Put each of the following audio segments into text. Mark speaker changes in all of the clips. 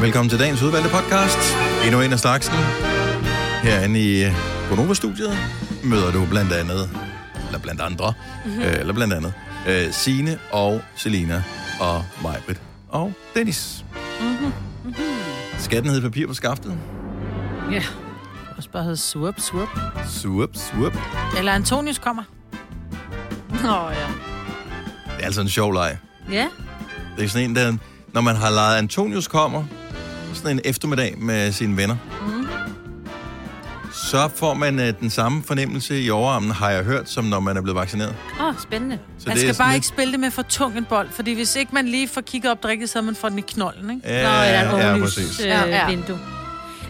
Speaker 1: Velkommen til dagens udvalgte podcast. Endnu en af slagsen. Herinde i Gonova-studiet møder du blandt andet, eller blandt andre, mm-hmm. øh, eller blandt andet, øh, Sine og Selina og Majbrit og Dennis. Mm-hmm. Mm-hmm. Skatten hed papir på skaftet.
Speaker 2: Ja. Og bare hedder Swoop Swoop.
Speaker 1: Swoop, swoop.
Speaker 2: Eller Antonius kommer. Nå oh, ja.
Speaker 1: Det er altså en sjov leg.
Speaker 2: Ja.
Speaker 1: Det er sådan en, der, når man har lejet Antonius kommer, sådan en eftermiddag med sine venner, mm. så får man uh, den samme fornemmelse i overarmen, har jeg hørt, som når man er blevet vaccineret.
Speaker 2: Åh, oh, spændende.
Speaker 1: Så
Speaker 2: Så man
Speaker 1: det er
Speaker 2: skal
Speaker 1: sådan
Speaker 2: bare
Speaker 1: lidt-
Speaker 2: ikke spille det med for tung en bold, fordi hvis ikke man lige får kigget op drikket, så man får den i knolden, ikke?
Speaker 1: Ja, ja, præcis.
Speaker 3: Øh,
Speaker 2: Ja, ja.
Speaker 3: vindue.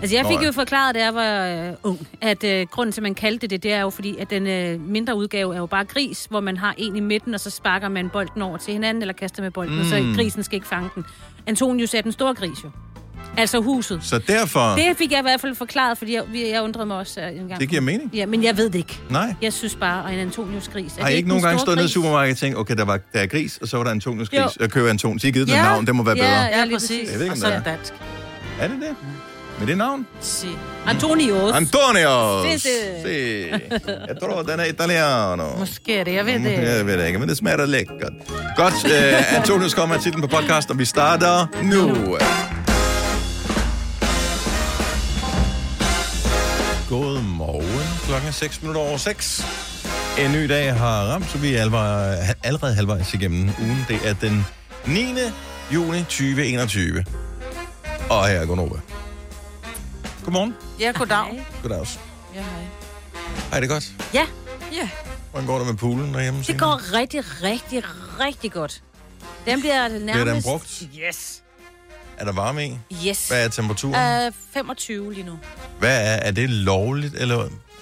Speaker 3: Altså, jeg
Speaker 1: Nå,
Speaker 3: fik
Speaker 1: ja.
Speaker 3: jo forklaret, da jeg var øh, ung, at øh, grunden til, at man kaldte det det, det er jo fordi, at den øh, mindre udgave er jo bare gris, hvor man har en i midten, og så sparker man bolden over til hinanden, eller kaster med bolden, mm. og så
Speaker 1: Mm.
Speaker 3: grisen skal ikke fange den. Antonius er den store gris jo. Altså huset.
Speaker 1: Så derfor, det...
Speaker 3: Det fik jeg i hvert fald forklaret, fordi jeg, vi- jeg undrede mig også øh, en gang.
Speaker 1: det giver mening.
Speaker 3: Ja, men jeg ved det ikke.
Speaker 1: Nej.
Speaker 3: Jeg synes bare, at en Antonius gris... Er
Speaker 1: Har I
Speaker 3: det
Speaker 1: ikke nogen
Speaker 3: den
Speaker 1: gange
Speaker 3: store
Speaker 1: stået nede i
Speaker 3: gris?
Speaker 1: supermarkedet og tænkt, okay, der, var, der er gris, og så var der Antonius
Speaker 3: Jo.
Speaker 1: gris, og køber Antonius. De har givet ja. dem et navn, det må være
Speaker 3: ja,
Speaker 1: bedre.
Speaker 3: Ja,
Speaker 2: Ja,
Speaker 3: lige præcis.
Speaker 2: præcis.
Speaker 1: Jeg ved ikke,
Speaker 2: Og
Speaker 1: om
Speaker 2: så
Speaker 1: det
Speaker 2: er
Speaker 1: er.
Speaker 2: det dansk.
Speaker 1: Er det det? Med det navn?
Speaker 2: Si.
Speaker 3: Antonius. øh.
Speaker 1: Antonios!
Speaker 3: Sí, sí.
Speaker 1: Sí. Jeg tror, den er italiano.
Speaker 2: Måske er det, jeg ved det.
Speaker 1: Jeg ved det ikke, men det smager da lækkert. Godt, uh, Antonius kommer af titlen på podcast, og vi starter nu. God morgen. Klokken er 6 minutter over 6. En ny dag har ramt, så vi er alvej, allerede halvvejs igennem ugen. Det er den 9. juni 2021. Og her er Gunnova. Godmorgen.
Speaker 2: Ja, goddag.
Speaker 1: Goddag også.
Speaker 2: Ja, hej.
Speaker 1: Hej, det er godt.
Speaker 3: Ja,
Speaker 2: Ja.
Speaker 1: Hvordan går det med poolen derhjemme?
Speaker 3: det
Speaker 1: Signe?
Speaker 3: går rigtig, rigtig, rigtig godt. Den bliver nærmest...
Speaker 1: Bliver den brugt?
Speaker 3: Yes.
Speaker 1: Er der varme i?
Speaker 3: Yes.
Speaker 1: Hvad er temperaturen?
Speaker 3: Uh, 25 lige nu.
Speaker 1: Hvad er, er det lovligt, eller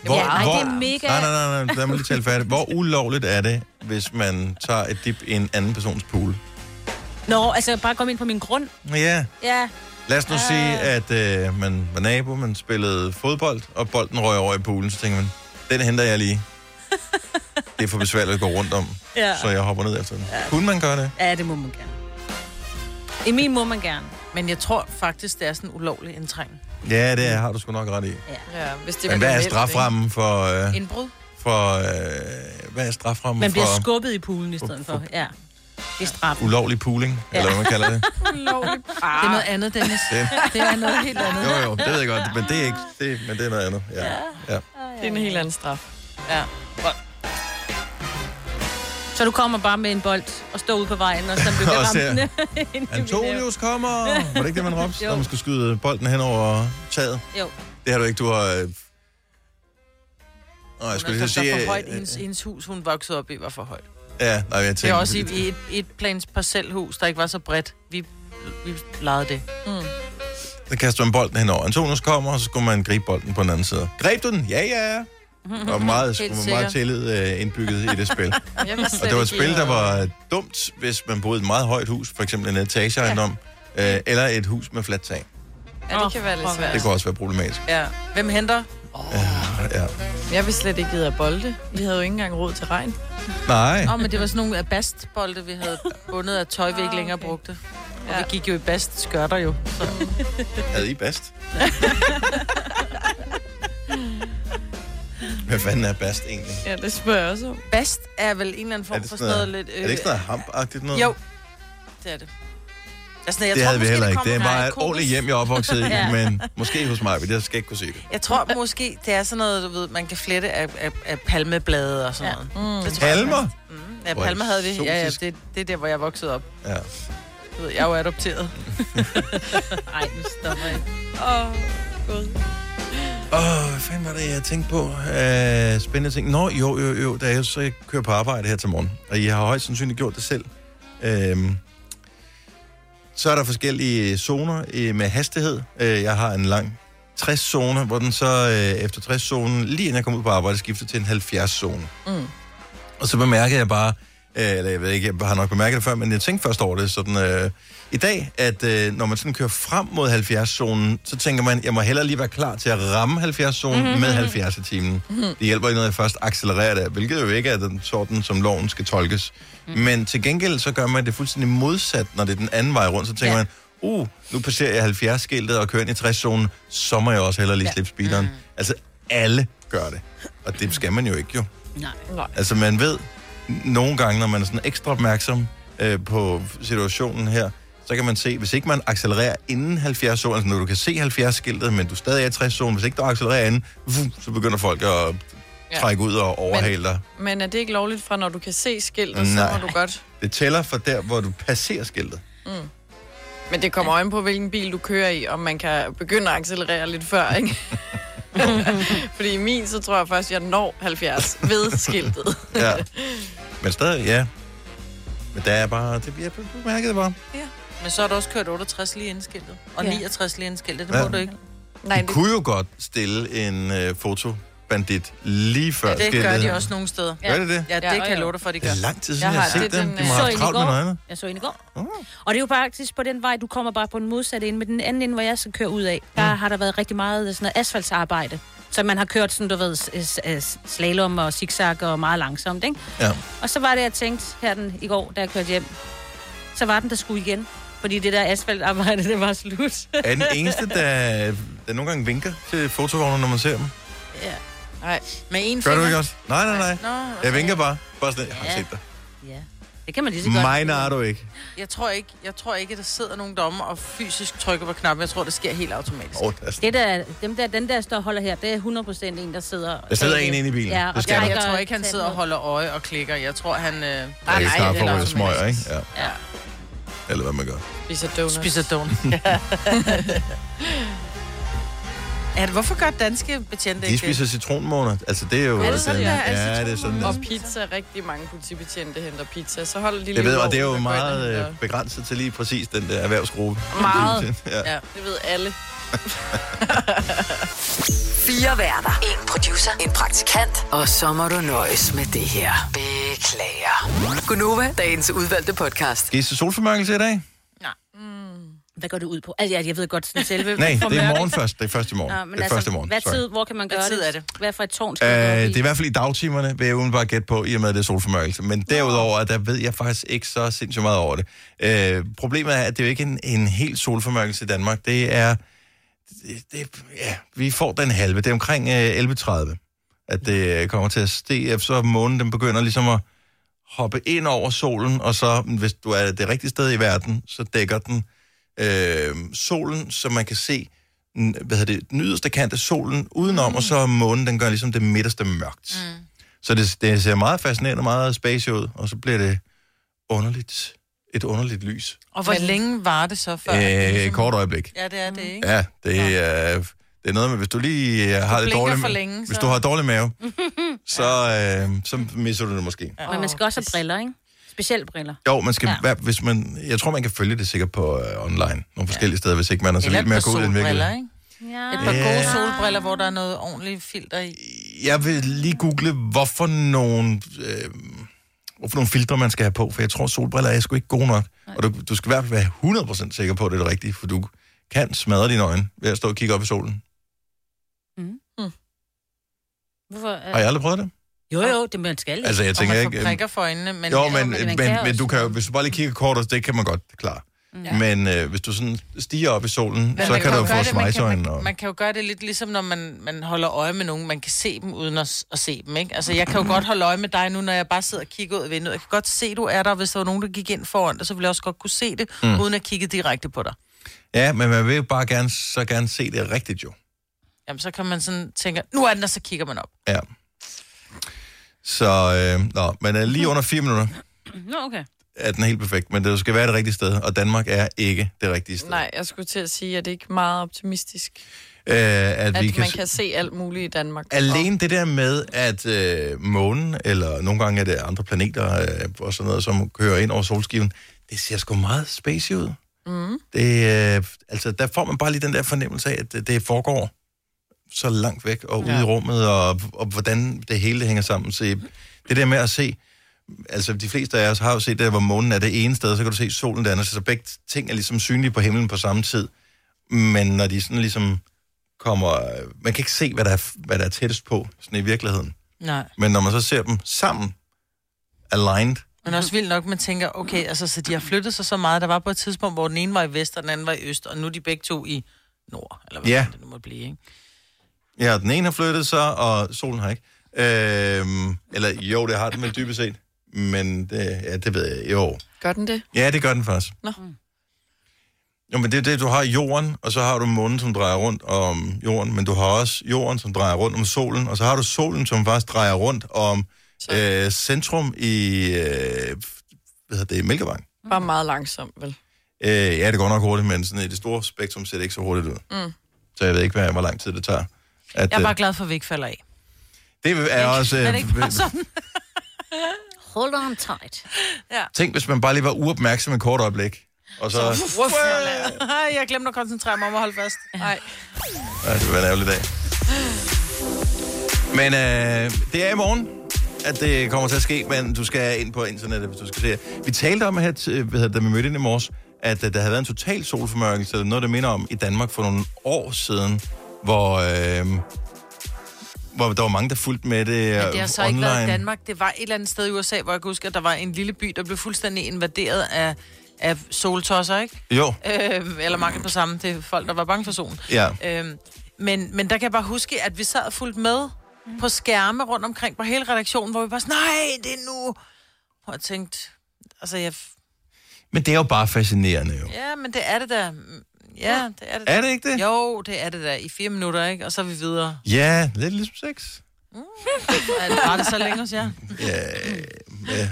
Speaker 1: hvor,
Speaker 3: Ja, nej, det er mega-
Speaker 1: Nej, nej, nej, nej, lad mig lige tale færdigt. Hvor ulovligt er det, hvis man tager et dip i en anden persons pool?
Speaker 3: Nå, altså bare kom ind på min grund.
Speaker 1: Ja,
Speaker 3: Ja,
Speaker 1: lad
Speaker 3: Ah.
Speaker 1: os nu sige, at øh, man var nabo, man spillede fodbold, og bolden røg over i poolen, så tænker man, den henter jeg lige. Det er for besværligt at gå rundt om,
Speaker 3: Ja.
Speaker 1: så jeg hopper ned efter den. Kunne man gøre det?
Speaker 3: ja det må man gerne. I min må man gerne.
Speaker 2: Men jeg tror faktisk, det er sådan en ulovlig indtrængen.
Speaker 1: Ja, det har du sgu nok ret i.
Speaker 4: Ja, hvis det
Speaker 1: Men hvad er straframmen for... Øh,
Speaker 2: Indbrud?
Speaker 1: for øh, hvad er straframmen
Speaker 3: Man bliver
Speaker 1: for
Speaker 3: skubbet i poolen i stedet for. Ja, det er straf.
Speaker 1: ulovlig pooling, ja. eller hvad man kalder det?
Speaker 2: Ulovlig.
Speaker 3: Ah.
Speaker 2: Det er noget andet, Dennis.
Speaker 1: Det-
Speaker 2: Det er noget helt andet.
Speaker 1: Jo, jo, det ved jeg godt, men det er ikke, det, men det er noget andet. Ja. ja.
Speaker 4: Det er en helt anden straf.
Speaker 2: Ja.
Speaker 3: Så du kommer bare med en bold og står ude på vejen, og så bliver
Speaker 1: Og ser.
Speaker 3: ramt.
Speaker 1: Antonius kommer! Var det ikke det, man råbte,
Speaker 3: Jo.
Speaker 1: når man skulle skyde bolden hen over taget?
Speaker 3: Jo.
Speaker 1: Det har du ikke, du har... Øh... Nå, jeg
Speaker 2: Hun
Speaker 1: skulle
Speaker 2: er
Speaker 1: lige
Speaker 2: altså
Speaker 1: sige...
Speaker 2: for højt.
Speaker 1: Øh,
Speaker 2: Hendes, hendes hus, hun voksede op i, var for højt.
Speaker 1: ja, nej, jeg
Speaker 2: Det
Speaker 1: tænkte...
Speaker 2: var også i, i et, et plans parcelhus, der ikke var så bredt. Vi, vi legede det.
Speaker 4: Mm.
Speaker 1: Så kaster man bolden henover. Antonius kommer, og så skulle man gribe bolden på den anden side. Greb du den? Ja, ja, ja.
Speaker 5: Mhm,
Speaker 1: Og meget, skulle man meget tillid øh, indbygget i det spil.
Speaker 4: Jeg vil slet
Speaker 1: Og det var et
Speaker 4: ikke-
Speaker 1: spil, der var dumt, hvis man boede i et meget højt hus, for eksempel en etageejendom, ja. øh, eller et hus med fladt tag.
Speaker 4: Ja, det kan være lidt
Speaker 2: Åh,
Speaker 4: svært.
Speaker 1: Det kunne også være problematisk.
Speaker 2: Ja. Hvem henter?
Speaker 1: Ja.
Speaker 4: Jeg vil slet ikke gide at bolde. Vi havde jo ikke engang råd til regn.
Speaker 1: Nej.
Speaker 2: Åh, oh, men det var sådan nogle af bastbolde, vi havde bundet af tøj, vi
Speaker 4: Ah,
Speaker 2: ikke længere brugte. Og vi gik jo i bastskørter jo.
Speaker 1: Havde I bast? Hvad fanden er bast egentlig?
Speaker 4: Ja, det spørger jeg også om.
Speaker 2: Bast er vel en eller anden
Speaker 1: Er
Speaker 2: form
Speaker 1: det
Speaker 2: for
Speaker 1: sådan
Speaker 2: sådan noget
Speaker 1: noget,
Speaker 2: lidt... øh,
Speaker 1: er det ikke sådan noget hampagtigt noget?
Speaker 2: Jo, det er det. Altså, jeg
Speaker 1: Det
Speaker 2: tror,
Speaker 1: havde vi
Speaker 2: måske,
Speaker 1: heller ikke.
Speaker 2: kommer
Speaker 1: Det
Speaker 2: fra
Speaker 1: var et
Speaker 2: kokos.
Speaker 1: ordentligt hjem, jeg opvoksede i, men måske hos mig, men jeg skal ikke kunne se det.
Speaker 2: Jeg tror måske, det er sådan noget, du ved, man kan flette af, af, af palmeblade og sådan ja. noget. Mm. Det tror jeg
Speaker 1: Palmer?
Speaker 2: faktisk. Mm. Ja,
Speaker 1: Hvor er
Speaker 2: palmer havde vi. Ja, ja,
Speaker 1: eksotisk.
Speaker 2: det, det er der, hvor jeg voksede op.
Speaker 1: Ja.
Speaker 2: Du ved, jeg er jo adopteret.
Speaker 3: Ej, nu stopper jeg.
Speaker 4: Åh, oh, gud.
Speaker 1: Åh, hvad fanden var det, jeg tænkte på? Øh, spændende ting. Nå, jo, jo, jo, da jeg så kører på arbejde her til morgen, og I har højst sandsynligt gjort det selv. Øhm, så er der forskellige zoner øh, med hastighed. Øh, jeg har en lang 60-zone, hvor den så øh, efter 60-zonen, lige inden jeg kom ud på arbejde, skifter til en 70-zone. Mm. Og så bemærkede jeg bare, øh, eller jeg ved ikke, jeg har nok bemærket det før, men jeg tænkte først over det sådan øh, i dag, at øh, når man sådan kører frem mod 70-zonen, så tænker man, jeg må hellere lige være klar til at ramme 70-zonen mm-hmm. med 70 i timen. Mm-hmm. Det hjælper ikke noget, at jeg først accelererer det, hvilket jo ikke er den sådan, som loven skal tolkes. Mm. Men til gengæld så gør man det fuldstændig modsat, når det er den anden vej rundt, så tænker ja.
Speaker 2: Ja.
Speaker 1: man, uh, nu passerer jeg 70-skiltet og kører ind i 60-zonen, så må jeg også hellere lige
Speaker 3: Ja.
Speaker 1: slippe speederen. Altså, alle gør det. Og det skal man jo ikke, jo.
Speaker 3: Nej.
Speaker 4: Nej.
Speaker 1: Altså, man ved n- nogle gange, når man er sådan ekstra opmærksom øh, på situationen her, så kan man se, hvis ikke man accelererer inden 70-zonen, altså når du kan se 70-skiltet, men du er stadig er i 60-zonen, hvis ikke du accelererer inden, vuh, så begynder folk at
Speaker 4: Ja.
Speaker 1: trække ud og overhale dig.
Speaker 4: Men er det ikke lovligt fra, når du kan se skiltet, så
Speaker 1: Nej.
Speaker 4: må du godt. Mm.
Speaker 1: Det tæller for der, hvor du passerer skiltet.
Speaker 4: Men det kommer øjen på, hvilken bil du kører i, om man kan begynde at accelerere lidt før, ikke? Fordi i min, så tror jeg først, jeg når 70 ved skiltet.
Speaker 1: Ja. Men stadig, ja. Men der er bare, det bliver bemærket det bare.
Speaker 2: Men så har du også kørt 68 lige indskiltet, og
Speaker 3: Ja.
Speaker 2: 69 lige indskiltet. Det
Speaker 1: Ja.
Speaker 2: må du ikke.
Speaker 4: Nej,
Speaker 1: Du kunne jo godt stille en øh, fotobandit lige før
Speaker 2: Ja, det
Speaker 1: skiltet.
Speaker 2: gør de også nogle steder.
Speaker 1: Gør de det?
Speaker 2: Ja, det
Speaker 4: Ja,
Speaker 2: kan
Speaker 4: ja.
Speaker 2: jeg love dig for, de
Speaker 1: Det
Speaker 2: gør.
Speaker 1: er lang tid siden,
Speaker 4: Jeg
Speaker 1: jeg, har
Speaker 4: har-
Speaker 1: set
Speaker 4: det er
Speaker 1: dem.
Speaker 4: den,
Speaker 1: De
Speaker 4: øh,
Speaker 1: må
Speaker 3: så
Speaker 1: have
Speaker 3: en i
Speaker 1: travlt med
Speaker 3: går.
Speaker 1: noget andet.
Speaker 3: Jeg så en i går.
Speaker 1: Mm.
Speaker 3: Og det er jo faktisk på den vej, du kommer bare på den modsatte ende, men den anden ende, hvor jeg skal køre ud af, der
Speaker 1: Mm.
Speaker 3: har der været rigtig meget øh, sådan noget asfaltsarbejde. Så man har kørt sådan, du ved, s- s- s- slalom og zigzag og meget langsomt, ikke?
Speaker 1: Ja.
Speaker 3: Og så var det, jeg tænkte her den i går, da jeg kørte hjem, så var den der skulle igen. Fordi det der asfaltarbejde, det var slut.
Speaker 1: Er den eneste, der, der nogle gange vinker til fotovognene, når man ser dem?
Speaker 4: Nej,
Speaker 2: Med en
Speaker 1: Gør
Speaker 2: finger.
Speaker 1: du ikke også? Nej, nej, nej.
Speaker 2: Nå, okay.
Speaker 1: Jeg vinker bare. Bare sådan, jeg har
Speaker 3: Ja.
Speaker 1: set dig.
Speaker 3: ja, det kan man lige så godt.
Speaker 1: Mine er du ikke.
Speaker 2: Jeg tror ikke, jeg tror ikke, at der sidder nogen dommer og fysisk trykker på knappen. Jeg tror, det sker helt automatisk.
Speaker 1: Åh, der, er-
Speaker 3: Det der, dem der, den der står og holder her, det er 100% en, der sidder...
Speaker 1: der sidder en inde i bilen.
Speaker 3: Ja,
Speaker 1: Det
Speaker 3: og
Speaker 1: skal
Speaker 2: Ja,
Speaker 1: der.
Speaker 2: jeg
Speaker 3: Trykker
Speaker 2: tror ikke, han
Speaker 3: tanden
Speaker 2: sidder og
Speaker 3: ud.
Speaker 2: holder øje og klikker. Jeg tror, han øh,
Speaker 1: Jeg er
Speaker 4: nej,
Speaker 1: snart
Speaker 4: det
Speaker 1: for
Speaker 4: er
Speaker 1: ryger smøger, ikke? Ja.
Speaker 2: Ja.
Speaker 1: Eller hvad man gør.
Speaker 4: spiser donuts.
Speaker 2: spiser donuts. ja. Hvorfor gør danske betjente
Speaker 1: De
Speaker 2: ikke det?
Speaker 1: spiser citronmåner. Altså, det er jo...
Speaker 4: Er det sådan,
Speaker 1: den-
Speaker 4: der er
Speaker 1: Ja, det er sådan, der.
Speaker 4: Og pizza. Rigtig mange politibetjente henter pizza. Så holder de lige
Speaker 1: Jeg ved,
Speaker 4: lov,
Speaker 1: og det er jo
Speaker 4: der går ind og
Speaker 1: meget øh,
Speaker 4: henter.
Speaker 1: begrænset til lige præcis den der erhvervsgruppe.
Speaker 4: Meget.
Speaker 1: ja.
Speaker 2: Ja.
Speaker 4: Det ved alle.
Speaker 6: Fire værter. En producer. En praktikant. Og så må du nøjes med det her. Beklager. Gunova, dagens udvalgte podcast.
Speaker 1: Skal I se solformørkelse i dag?
Speaker 3: Hvad går det ud på? Altså, jeg, jeg ved godt sådan selve...
Speaker 1: Nej, det er
Speaker 3: formørkelsen.
Speaker 1: morgen først. Det er første morgen.
Speaker 3: Nå,
Speaker 1: Ja,
Speaker 3: men
Speaker 1: det er altså, første morgen.
Speaker 3: Hvad
Speaker 1: sorry.
Speaker 3: tid, hvor kan man gøre
Speaker 2: Hvad tid
Speaker 3: det?
Speaker 2: er det?
Speaker 3: Hvad for et tårn skal man
Speaker 1: Øh,
Speaker 3: gå
Speaker 1: det er i hvert fald i dagtimerne, vil jeg uden bare gætte på, i og med at det er solformørkelse. Men derudover, der ved jeg faktisk ikke så sindssygt meget over det. Øh, problemet er, at det er jo ikke en, en helt solformørkelse i Danmark. Det er... Det, det, ja, vi får den halve. Det er omkring øh, 11.30, at det øh, kommer til at stige. Så månen den begynder ligesom at hoppe ind over solen, og så, hvis du er det rigtige sted i verden, så dækker den øh, solen, så man kan se n- hvad hedder det, den yderste kant af solen udenom, mm. og så månen, den gør ligesom det midterste mørkt. Mm. Så det, det ser meget fascinerende, meget space ud, og så bliver det underligt, et underligt lys.
Speaker 2: Og hvor
Speaker 4: Men-
Speaker 2: længe var det så før? at det
Speaker 1: Øh,
Speaker 2: ligesom-
Speaker 1: kort øjeblik.
Speaker 2: Ja, det er det, ikke?
Speaker 1: Ja, det er, det er noget med, hvis du lige øh, har det
Speaker 2: blinker
Speaker 1: dårligt,
Speaker 2: for længe,
Speaker 1: hvis
Speaker 2: så- Mm.
Speaker 1: du har dårlig mave, så, øh, så misser du det måske.
Speaker 3: i? Men man skal også have briller, ikke? Specielt briller.
Speaker 1: Jo, man skal,
Speaker 3: Ja.
Speaker 1: ja. hvis man, jeg tror, man kan følge det sikkert på øh, online, nogle forskellige steder, hvis ikke man er så
Speaker 2: Eller
Speaker 1: vild
Speaker 2: et
Speaker 1: med
Speaker 2: par
Speaker 1: at gå ud i den
Speaker 2: solbriller,
Speaker 1: virkelighed.
Speaker 2: ikke?
Speaker 3: Ja.
Speaker 2: Et par gode
Speaker 1: Ja.
Speaker 2: solbriller, hvor der er noget ordentligt filter i.
Speaker 1: Jeg vil lige google, hvorfor nogle, øh, hvorfor nogle filtre man skal have på, for jeg tror, solbriller er sgu ikke gode nok. Og du, du skal i hvert fald være 100% sikker på, at det er det rigtige, for du kan smadre dine øjne ved at stå og kigge op i solen.
Speaker 3: Hmm. Hvorfor?
Speaker 1: Har
Speaker 3: Øh,
Speaker 1: jeg aldrig prøvet det?
Speaker 3: jo, jo, det man skal.
Speaker 1: Altså, jeg
Speaker 2: Og
Speaker 1: tænker
Speaker 2: man
Speaker 1: ikke...
Speaker 2: får
Speaker 1: øh,
Speaker 2: prikker for øjnene, men...
Speaker 1: Jo,
Speaker 3: men
Speaker 1: men,
Speaker 3: man
Speaker 1: men,
Speaker 3: kan
Speaker 1: men
Speaker 3: også.
Speaker 1: du kan, jo- hvis du bare lige kigger kort, det kan man godt klare. Ja. Men øh, hvis du sådan stiger op i solen,
Speaker 2: Mm. Men
Speaker 1: så
Speaker 2: man
Speaker 1: kan du
Speaker 2: jo
Speaker 1: jo
Speaker 2: gøre
Speaker 1: få
Speaker 2: det- man kan-
Speaker 1: svejsøjne.
Speaker 2: man-
Speaker 1: Og...
Speaker 2: Man kan jo gøre det lidt ligesom, når man, man holder øje med nogen. Man kan se dem uden at, s- at se dem, ikke? Altså, jeg kan jo godt holde øje med dig nu, når jeg bare sidder og kigger ud af vinduet. Jeg kan godt se, du er der. Hvis der var nogen, der gik ind foran dig, så ville jeg også godt kunne se det, mm. uden at kigge direkte på dig.
Speaker 1: Ja, men man vil jo bare gerne, så gerne se det rigtigt jo.
Speaker 2: Jamen, så kan man sådan tænke, nu er den, og så kigger man op.
Speaker 1: Ja. Så, øh, nå, men øh, lige under fire minutter
Speaker 3: Nå, okay.
Speaker 1: er den helt perfekt, men det skal være det rigtige sted, og Danmark er ikke det rigtige sted.
Speaker 4: Nej, jeg skulle til at sige, at det er ikke meget optimistisk,
Speaker 1: Øh, at,
Speaker 4: at
Speaker 1: vi
Speaker 4: man
Speaker 1: kan,
Speaker 4: kan... kan se alt muligt i Danmark.
Speaker 1: Alene det der med, at øh, månen, eller nogle gange er det andre planeter øh, og sådan noget, som kører ind over solskiven, det ser sgu meget spacey ud. Mm. Det, øh, altså, der får man bare lige den der fornemmelse af, at det, det foregår så langt væk og ude ja. i rummet, og, og hvordan det hele det hænger sammen. Så det der med at se, altså de fleste af os har jo set det, hvor månen er det ene sted, så kan du se solen det andet, så begge ting er ligesom synlige på himlen på samme tid. Men når de sådan ligesom kommer... Man kan ikke se, hvad der er, hvad der er tættest på sådan i virkeligheden.
Speaker 2: Nej.
Speaker 1: Men når man så ser dem sammen, aligned,
Speaker 2: Men også vildt nok, man tænker, okay, altså, så de har flyttet sig så meget. Der var på et tidspunkt, hvor den ene var i vest, og den anden var i øst, og nu er de begge to i nord, eller hvad
Speaker 1: Ja.
Speaker 2: det nu må blive, ikke?
Speaker 1: Ja, den ene har flyttet sig, og solen har ikke. Øhm, eller jo, det har den vel dybest set. Men det, ja, det ved jeg. Jo.
Speaker 4: Gør den det?
Speaker 1: Ja, det gør den faktisk.
Speaker 4: Nå.
Speaker 1: Jo, men det er det, du har jorden, og så har du månen, som drejer rundt om jorden, men du har også jorden, som drejer rundt om solen, og så har du solen, som faktisk drejer rundt om øh, centrum i, øh, hvad hedder det, Mælkevejen.
Speaker 4: Bare meget langsom, vel?
Speaker 1: Øh, ja, det går nok hurtigt, men sådan i det store spektrum ser det ikke så hurtigt ud.
Speaker 2: Mm.
Speaker 1: Så jeg ved ikke, hvad, hvor lang tid det tager. At,
Speaker 2: Jeg er
Speaker 1: øh,
Speaker 2: bare glad for, at vi ikke falder af.
Speaker 1: det er også...
Speaker 2: er det ikke bare
Speaker 1: Øh,
Speaker 2: sådan?
Speaker 3: Hold on tight.
Speaker 2: Ja.
Speaker 1: tænk, hvis man bare lige var uopmærksom et kort øjeblik. Og så...
Speaker 2: Uff, jeg glemte at koncentrere mig om at holde fast. Nej.
Speaker 1: Ja, det var en ærgerlig dag. Men øh, det er i morgen, at det kommer til at ske, men du skal ind på internettet, hvis du skal se det. Vi talte om, at, øh, hvad hedder det, da vi mødte ind i morges, at øh, der havde været en total solformørkelse, eller noget, der minder om, i Danmark for nogle år siden, hvor, øh, hvor der var mange, der fulgte med det, øh,
Speaker 2: Men det har så
Speaker 1: online.
Speaker 2: ikke været i Danmark. Det var et eller andet sted i USA, hvor jeg kan huske, at der var en lille by, der blev fuldstændig invaderet af, af soltosser, ikke?
Speaker 1: Jo.
Speaker 2: Øh, eller mangel på samme. Det er folk, der var bange for solen.
Speaker 1: Ja.
Speaker 2: Øh, men, men der kan jeg bare huske, at vi sad fuldt med på skærme rundt omkring på hele redaktionen, hvor vi bare sådan, nej, det er nu. Og jeg tænkte, altså, jeg,
Speaker 1: Men det er jo bare fascinerende, jo.
Speaker 2: ja, men det er det der. Ja, det er det
Speaker 1: Er det ikke det?
Speaker 2: Jo, det er det der. I fire minutter, ikke? Og så er vi videre.
Speaker 1: Ja, lidt ligesom sex.
Speaker 2: Mm. Er det, var det så længe hos jer?
Speaker 1: Ja, ja.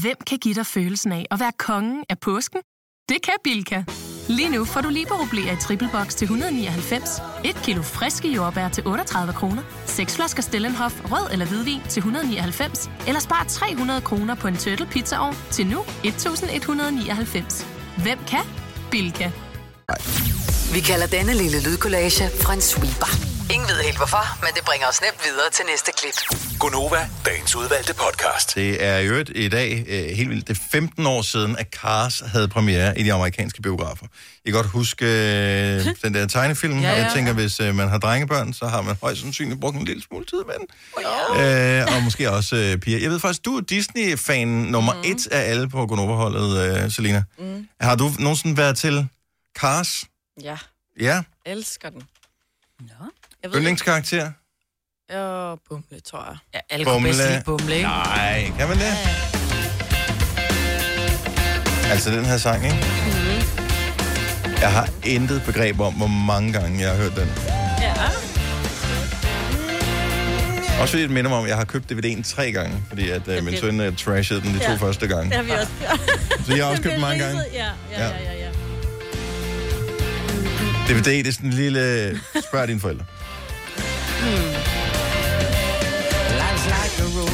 Speaker 7: Hvem kan give dig følelsen af at være kongen af påsken? Det kan Bilka! Lige nu får du liberobleer i triple box til 199, et kilo friske jordbær til 38 kroner, seks flasker Stellenhof rød eller hvidvin til 199, eller spar 300 kroner på en turtle pizzaovn til nu 1199. Hvem kan? Bilka.
Speaker 6: Vi kalder denne lille lydkollage en sweeper. Ingen ved helt hvorfor, men det bringer os nemt videre til næste klip.
Speaker 8: Gunova, dagens udvalgte podcast.
Speaker 1: Det er i øvrigt i dag øh, helt vildt. Det er 15 år siden, at Cars havde premiere i de amerikanske biografer. I kan godt huske øh, den der tegnefilm.
Speaker 9: Ja,
Speaker 1: ja,
Speaker 9: ja,
Speaker 1: ja. Jeg
Speaker 9: ja.
Speaker 1: tænker, hvis øh, man har drengebørn, så har man højst sandsynligt brugt en lille smule tid med den. Oh, ja. øh, og måske også øh, piger. Jeg ved faktisk, du er Disney-fan nummer mm. et af alle på Gunova-holdet, øh, Selina. Mm. Har du nogensinde været til Cars?
Speaker 4: Ja,
Speaker 1: Ja.
Speaker 4: elsker den. Nå. Jeg ved ikke.
Speaker 1: Yndlingskarakter?
Speaker 4: Åh, bumle, tror jeg.
Speaker 2: Ja, alle kunne bedst lide Bumle, ikke?
Speaker 1: Nej, kan man det? Altså den her sang, ikke? Jeg har intet begreb om, hvor mange gange jeg har hørt den.
Speaker 3: Ja.
Speaker 1: Også fordi det minder mig om, at jeg har købt DVD'en tre gange, fordi at uh, min
Speaker 3: det-
Speaker 1: søn uh, trashede den de to
Speaker 3: Ja.
Speaker 1: første gange.
Speaker 3: Det har vi også gjort.
Speaker 1: Så jeg har også
Speaker 3: Den
Speaker 1: købt mange
Speaker 3: bliver
Speaker 1: gange.
Speaker 3: leaset. Ja, ja, ja, ja. ja.
Speaker 1: DVD, det er sådan en lille... Spørg dine forældre.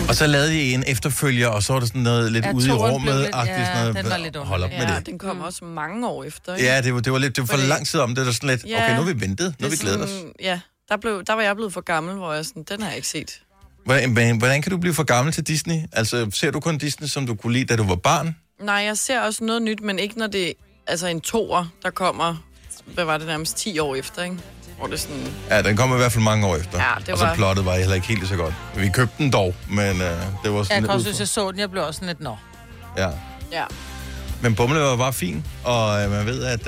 Speaker 1: Og så lavede de en efterfølger, og så var der sådan noget lidt
Speaker 4: Ja,
Speaker 1: ja, ude i
Speaker 4: toeren blev
Speaker 1: rummet.
Speaker 4: lidt-
Speaker 1: agtigt,
Speaker 4: ja,
Speaker 1: sådan noget.
Speaker 4: den var lidt
Speaker 1: Hold op med
Speaker 4: Ja,
Speaker 1: det.
Speaker 4: den kom også mange år efter, ikke?
Speaker 1: Ja, det var, det var, lidt, det var for
Speaker 4: Fordi-
Speaker 1: lang tid om det. Det var sådan lidt,
Speaker 4: Ja.
Speaker 1: okay, nu har vi ventet. Nu har vi
Speaker 4: Det er
Speaker 1: glædet os.
Speaker 4: sådan- Ja, der, blev, der var jeg blevet for gammel, hvor jeg sådan, den har jeg ikke set.
Speaker 1: Hvordan, men hvordan kan du blive for gammel til Disney? Altså, ser du kun Disney, som du kunne lide, da du var barn?
Speaker 4: Nej, jeg ser også noget nyt, men ikke når det er altså en toer, der kommer, hvad var det nærmest, 10 år efter, ikke? Hvor det er sådan,
Speaker 1: Ja, den kom i hvert fald mange år efter.
Speaker 4: Ja, det
Speaker 1: og så
Speaker 4: var-
Speaker 1: plottet var heller ikke helt lige så godt. Vi købte den dog, men øh, det var
Speaker 2: Ja,
Speaker 1: sådan
Speaker 2: jeg kan også
Speaker 1: lidt...
Speaker 2: synes,
Speaker 1: ud
Speaker 2: jeg så den, jeg blev også sådan lidt, nå.
Speaker 1: fra- Ja.
Speaker 4: ja.
Speaker 1: Men Bumle var bare fin, og øh, man ved, at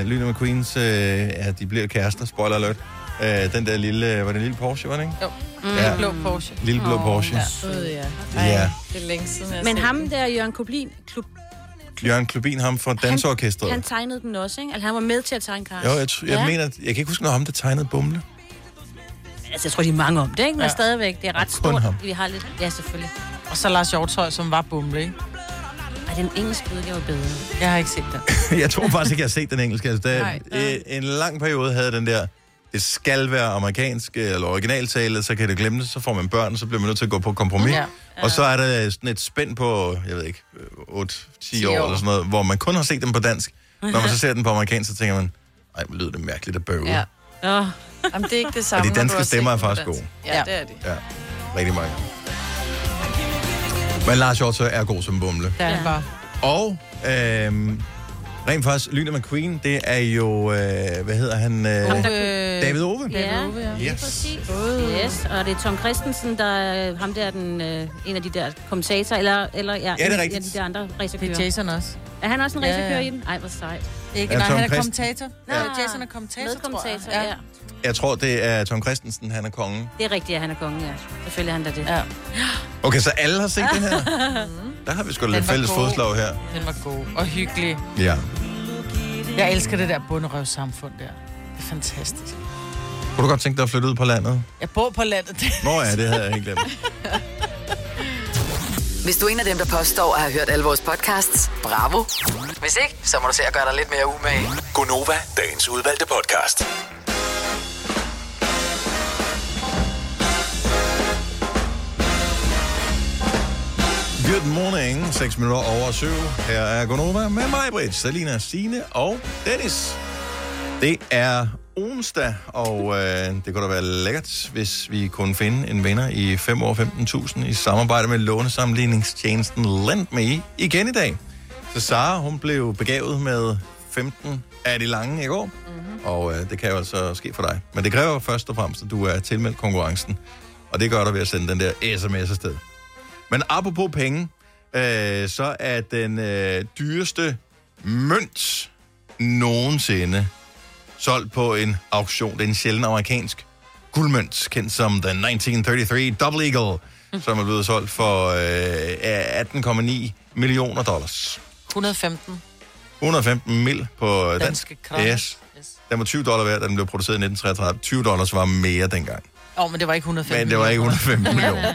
Speaker 1: øh, Lyne McQueens, øh, ja, de bliver kærester, spoiler alert. Øh, den der lille, øh, var det en lille Porsche, var det ikke?
Speaker 2: Jo.
Speaker 1: Mm. Ja.
Speaker 2: Blå Porsche.
Speaker 1: Lille blå Porsche.
Speaker 4: Ja. Sød, ja. Ej,
Speaker 1: Ja.
Speaker 4: det er længe siden, jeg
Speaker 3: Men
Speaker 4: har set
Speaker 3: ham
Speaker 4: den.
Speaker 3: der, Jørgen Koblin, klub,
Speaker 1: Jørgen Klubin, ham fra Dansorkestret.
Speaker 3: han tegnede den også, ikke? Altså, han var med til at tegne Cars.
Speaker 1: Jo, jeg, t- jeg ja. mener, jeg kan ikke huske noget om, der tegnede Bumle.
Speaker 3: Altså, jeg tror, de er mange om det, ikke? Men
Speaker 2: Ja.
Speaker 3: ja. stadigvæk, det er ret
Speaker 1: kun
Speaker 3: stort.
Speaker 1: ham.
Speaker 3: Vi har lidt... Ja, selvfølgelig.
Speaker 2: Og så Lars Hjortøj, som var bumle, ikke?
Speaker 3: Ej, den engelske udgave er bedre.
Speaker 2: Jeg har ikke set den.
Speaker 1: jeg tror faktisk ikke, jeg har set den engelske. Altså, der,
Speaker 4: Nej,
Speaker 1: Nej, en lang periode havde den der, det skal være amerikansk øh, eller originaltale, så kan det glemme det, så får man børn, så bliver man nødt til at gå på kompromis.
Speaker 2: Ja.
Speaker 1: Ja. Og så er der sådan et spænd på, jeg ved ikke, 8-10 år,
Speaker 4: år.
Speaker 1: år eller sådan noget, hvor man kun har set dem på dansk. Når man så ser den på amerikansk, så tænker man, ej, hvor lyder det mærkeligt at bøve.
Speaker 4: Ja.
Speaker 1: Ja.
Speaker 3: Åh,
Speaker 4: Jamen, det er ikke det samme,
Speaker 1: Og de
Speaker 4: når du
Speaker 1: danske
Speaker 4: har set
Speaker 1: stemmer er
Speaker 4: den på
Speaker 1: faktisk
Speaker 4: dansk.
Speaker 1: gode.
Speaker 4: Ja, det er de.
Speaker 1: ja. Rigtig mange. Men Lars Hjortøj er god som bumle.
Speaker 2: Der er ja. bare.
Speaker 1: Og øhm, Rent faktisk, Lyne McQueen, det er jo, øh, hvad hedder han? Øh,
Speaker 3: Ham, der-
Speaker 1: David Ove?
Speaker 3: Ja,
Speaker 2: Ove, ja.
Speaker 1: Yes.
Speaker 3: præcis. Yes, og det er Tom Christensen, der er ham der, er den, øh, en af de der kommentatorer, eller, eller ja,
Speaker 1: det er
Speaker 3: en, en af
Speaker 1: rigtigt.
Speaker 3: de der andre
Speaker 2: Det
Speaker 3: racerkører.
Speaker 2: er Jason også.
Speaker 3: Er han også en
Speaker 2: Ja, ja.
Speaker 3: racerkører i den? Ej, hvor sejt.
Speaker 2: Ikke,
Speaker 1: Ja,
Speaker 2: nej,
Speaker 1: Tom
Speaker 2: han er
Speaker 1: Christ-
Speaker 2: kommentator.
Speaker 3: Nå,
Speaker 2: Ja. Jason er kommentator, tror jeg.
Speaker 3: Medkommentator, ja. ja.
Speaker 1: Jeg tror, det er Tom Christensen, han er kongen.
Speaker 3: Det er rigtigt, at han er kongen, ja. Selvfølgelig er han da det.
Speaker 2: ja.
Speaker 1: Okay, så alle har set den her? Der har vi sgu da lidt
Speaker 2: var
Speaker 1: fælles
Speaker 2: god.
Speaker 1: fodslag her.
Speaker 2: Den var god og hyggelig.
Speaker 1: Ja.
Speaker 2: Jeg elsker det der bunderøvssamfund der. Det er fantastisk.
Speaker 1: Kunne du godt tænke dig at flytte ud på landet?
Speaker 2: Jeg bor på landet.
Speaker 1: Nå ja, det havde jeg ikke glemt.
Speaker 6: Hvis du er en af dem, der påstår at have hørt alle vores podcasts, bravo. Hvis ikke, så må du se at gøre dig lidt mere umage.
Speaker 8: Gonova, dagens udvalgte podcast.
Speaker 1: Good morning, 6 minutter over 7. Her er Gonova med mig, Britt, Salina, Sine og Dennis. Det er onsdag, og øh, det kunne da være lækkert, hvis vi kunne finde en vinder i 5 år 15.000 i samarbejde med lånesammenligningstjenesten LendMe igen i dag. Så Sara, hun blev begavet med 15 af de lange i går, mm-hmm. og øh, det kan jo altså ske for dig. Men det kræver først og fremmest, at du er tilmeldt konkurrencen, og det gør du ved at sende den der sms afsted. Men apropos penge, øh, så er den øh, dyreste mønt nogensinde solgt på en auktion. Det er en sjælden amerikansk guldmønt, kendt som The 1933 Double Eagle,
Speaker 2: Mm.
Speaker 1: som er blevet solgt for øh, 18,9 millioner dollars.
Speaker 2: 115
Speaker 1: 115 mil på øh, dansk.
Speaker 2: danske kroner.
Speaker 1: Yes.
Speaker 2: yes.
Speaker 1: Den var 20 dollar værd, da den blev produceret i 1933. 20 dollars var mere dengang.
Speaker 2: Åh, oh, men det var ikke 115.
Speaker 1: Men det var ikke
Speaker 2: millioner.
Speaker 1: 115 millioner.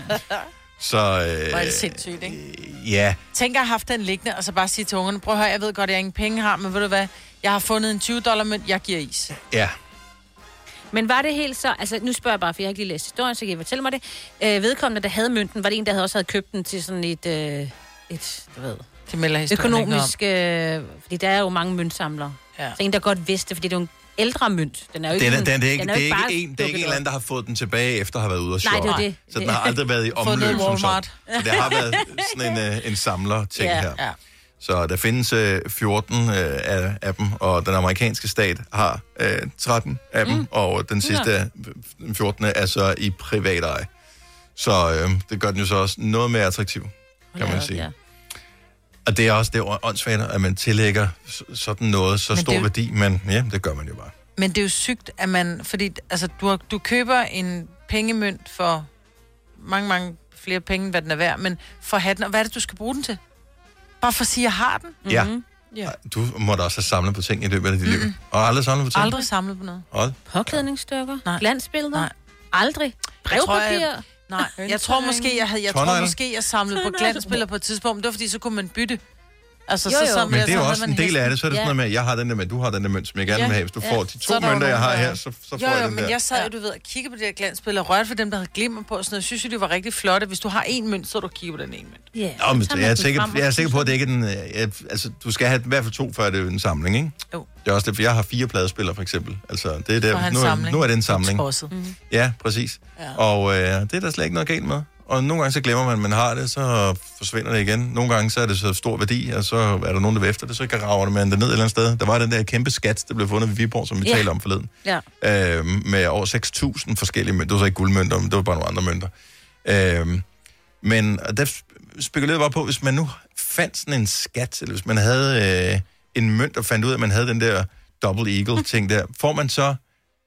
Speaker 1: Så
Speaker 2: Hvor er
Speaker 1: øh,
Speaker 2: det sindssygt, ikke?
Speaker 1: ja,
Speaker 2: Tænk at have haft den liggende, og så bare sige til ungerne, prøv at høre, jeg ved godt, at jeg ingen penge har, men ved du hvad, jeg har fundet en 20 dollar mønt, jeg giver is.
Speaker 1: ja.
Speaker 3: Men var det helt så... Altså, nu spørger jeg bare, for jeg har ikke lige læst historien, så kan I fortælle mig det. Øh, vedkommende, der havde mønten, var det en, der havde også havde købt den til sådan et... Øh, et du ved,
Speaker 2: Det melder historien
Speaker 3: økonomisk... Øh, fordi der er jo mange møntsamlere.
Speaker 2: Ja.
Speaker 3: Ja. Så en, der godt vidste, fordi det er jo en ældre mønt. Den er jo ikke,
Speaker 1: Den er,
Speaker 3: sådan-
Speaker 1: den, det er ikke,
Speaker 3: den
Speaker 1: det er ikke,
Speaker 3: bare
Speaker 1: en, det er ikke en
Speaker 3: dukket
Speaker 1: eller anden, der har fået den tilbage, efter at have været ude og
Speaker 3: Nej,
Speaker 1: shoppe.
Speaker 3: det er det.
Speaker 1: Så den har aldrig været i
Speaker 2: noget
Speaker 1: omløb som sådan.
Speaker 2: Walmart.
Speaker 1: Så det har været sådan en, øh, en samler-ting
Speaker 3: Ja,
Speaker 1: her.
Speaker 2: Ja.
Speaker 1: Så der findes øh, 14 øh, af, af dem, og den amerikanske stat har øh, 13 af dem, mm. og den sidste, ja. 14. er så i privat eje. Så øh, det gør den jo så også noget mere attraktiv,
Speaker 3: op.
Speaker 1: kan man sige.
Speaker 3: Ja.
Speaker 1: Og det er også det er åndssvagt, at man tillægger s- sådan noget så
Speaker 2: Men
Speaker 1: stor
Speaker 2: det er jo-
Speaker 1: værdi, men ja, det gør man jo bare.
Speaker 2: Men det er jo sygt, at man... Fordi altså, du, har, du køber en pengemønt for mange, mange flere penge, end hvad den er værd, men for hatten, og hvad er det, du skal bruge den til? Bare for at sige, at jeg har den. Mhm.
Speaker 1: Mm-hmm.
Speaker 3: Mhm.
Speaker 1: Ja. Ja. Du må da også have samlet på ting i løbet af dit liv. Og aldrig samlet på ting?
Speaker 2: Aldrig samlet på noget.
Speaker 1: Hold.
Speaker 3: Påklædningsstykker?
Speaker 2: Nej.
Speaker 3: Nej. Glansbilleder?
Speaker 2: Nej.
Speaker 3: Nej. Aldrig?
Speaker 2: tror,
Speaker 3: Brevpapir?
Speaker 2: jeg-
Speaker 3: Jeg...
Speaker 2: Nej, jeg tror måske, jeg havde, jeg tror
Speaker 1: Tårnegle.
Speaker 2: måske, jeg samlede på glansbilleder på et tidspunkt. men Det var fordi, så kunne man bytte. Altså,
Speaker 3: Jo,
Speaker 2: så
Speaker 3: jo.
Speaker 2: samlede
Speaker 1: Men
Speaker 2: jeg- så
Speaker 1: det er jo
Speaker 2: havde
Speaker 1: også
Speaker 2: man
Speaker 1: en del af det, så er det
Speaker 3: Ja.
Speaker 1: sådan noget med, at jeg har den der mønt, du har den der mønt, som jeg gerne
Speaker 2: Ja.
Speaker 1: vil have. Hvis du
Speaker 2: Ja.
Speaker 1: får de
Speaker 2: Så
Speaker 1: to
Speaker 2: er der jo
Speaker 1: mønter, jeg
Speaker 2: nogen,
Speaker 1: har
Speaker 2: der-
Speaker 1: her, så, så får
Speaker 2: Jo, jo,
Speaker 1: jeg den
Speaker 2: men
Speaker 1: der.
Speaker 2: jeg sad jo, du ved, og kiggede på det der glansbillede, og rørte for dem, der havde glimmer på og sådan noget. Jeg synes jo, det var rigtig flotte. Hvis du har en mønt, så du kigger på den ene mønt.
Speaker 3: Yeah.
Speaker 1: Nå, men jeg, er sikker, jeg er sikker på, at det ikke er den... øh, Jeg, altså, du skal have i hvert fald to, før det er en samling, ikke?
Speaker 2: Jo.
Speaker 1: Det er også det, for jeg har fire pladespillere, for eksempel. Altså, det er
Speaker 2: Og
Speaker 1: der,
Speaker 2: hans
Speaker 1: nu, er,
Speaker 2: samling.
Speaker 1: nu er det en samling. Mhm.
Speaker 2: Tosset. Mm.
Speaker 1: Ja, præcis. Ja.
Speaker 2: Ja.
Speaker 1: Og øh, det er der slet ikke noget galt med. Og nogle gange så glemmer man, at man har det, så forsvinder det igen. Nogle gange så er det så stor værdi, og så er der nogen, der vil efter det, så graver man det ned et eller andet sted. Der var den der kæmpe skat, der blev fundet ved Viborg, som vi
Speaker 3: Ja.
Speaker 1: talte om forleden.
Speaker 3: Ja.
Speaker 1: Øh, med over 6.000 forskellige mønter. Det var så ikke guldmønter, men det var bare nogle andre mønter. Øh, men og der spekulerede jeg bare på, hvis man nu fandt sådan en skat, eller hvis man havde øh, en mønt og fandt ud af, at man havde den der double eagle-ting der, får man så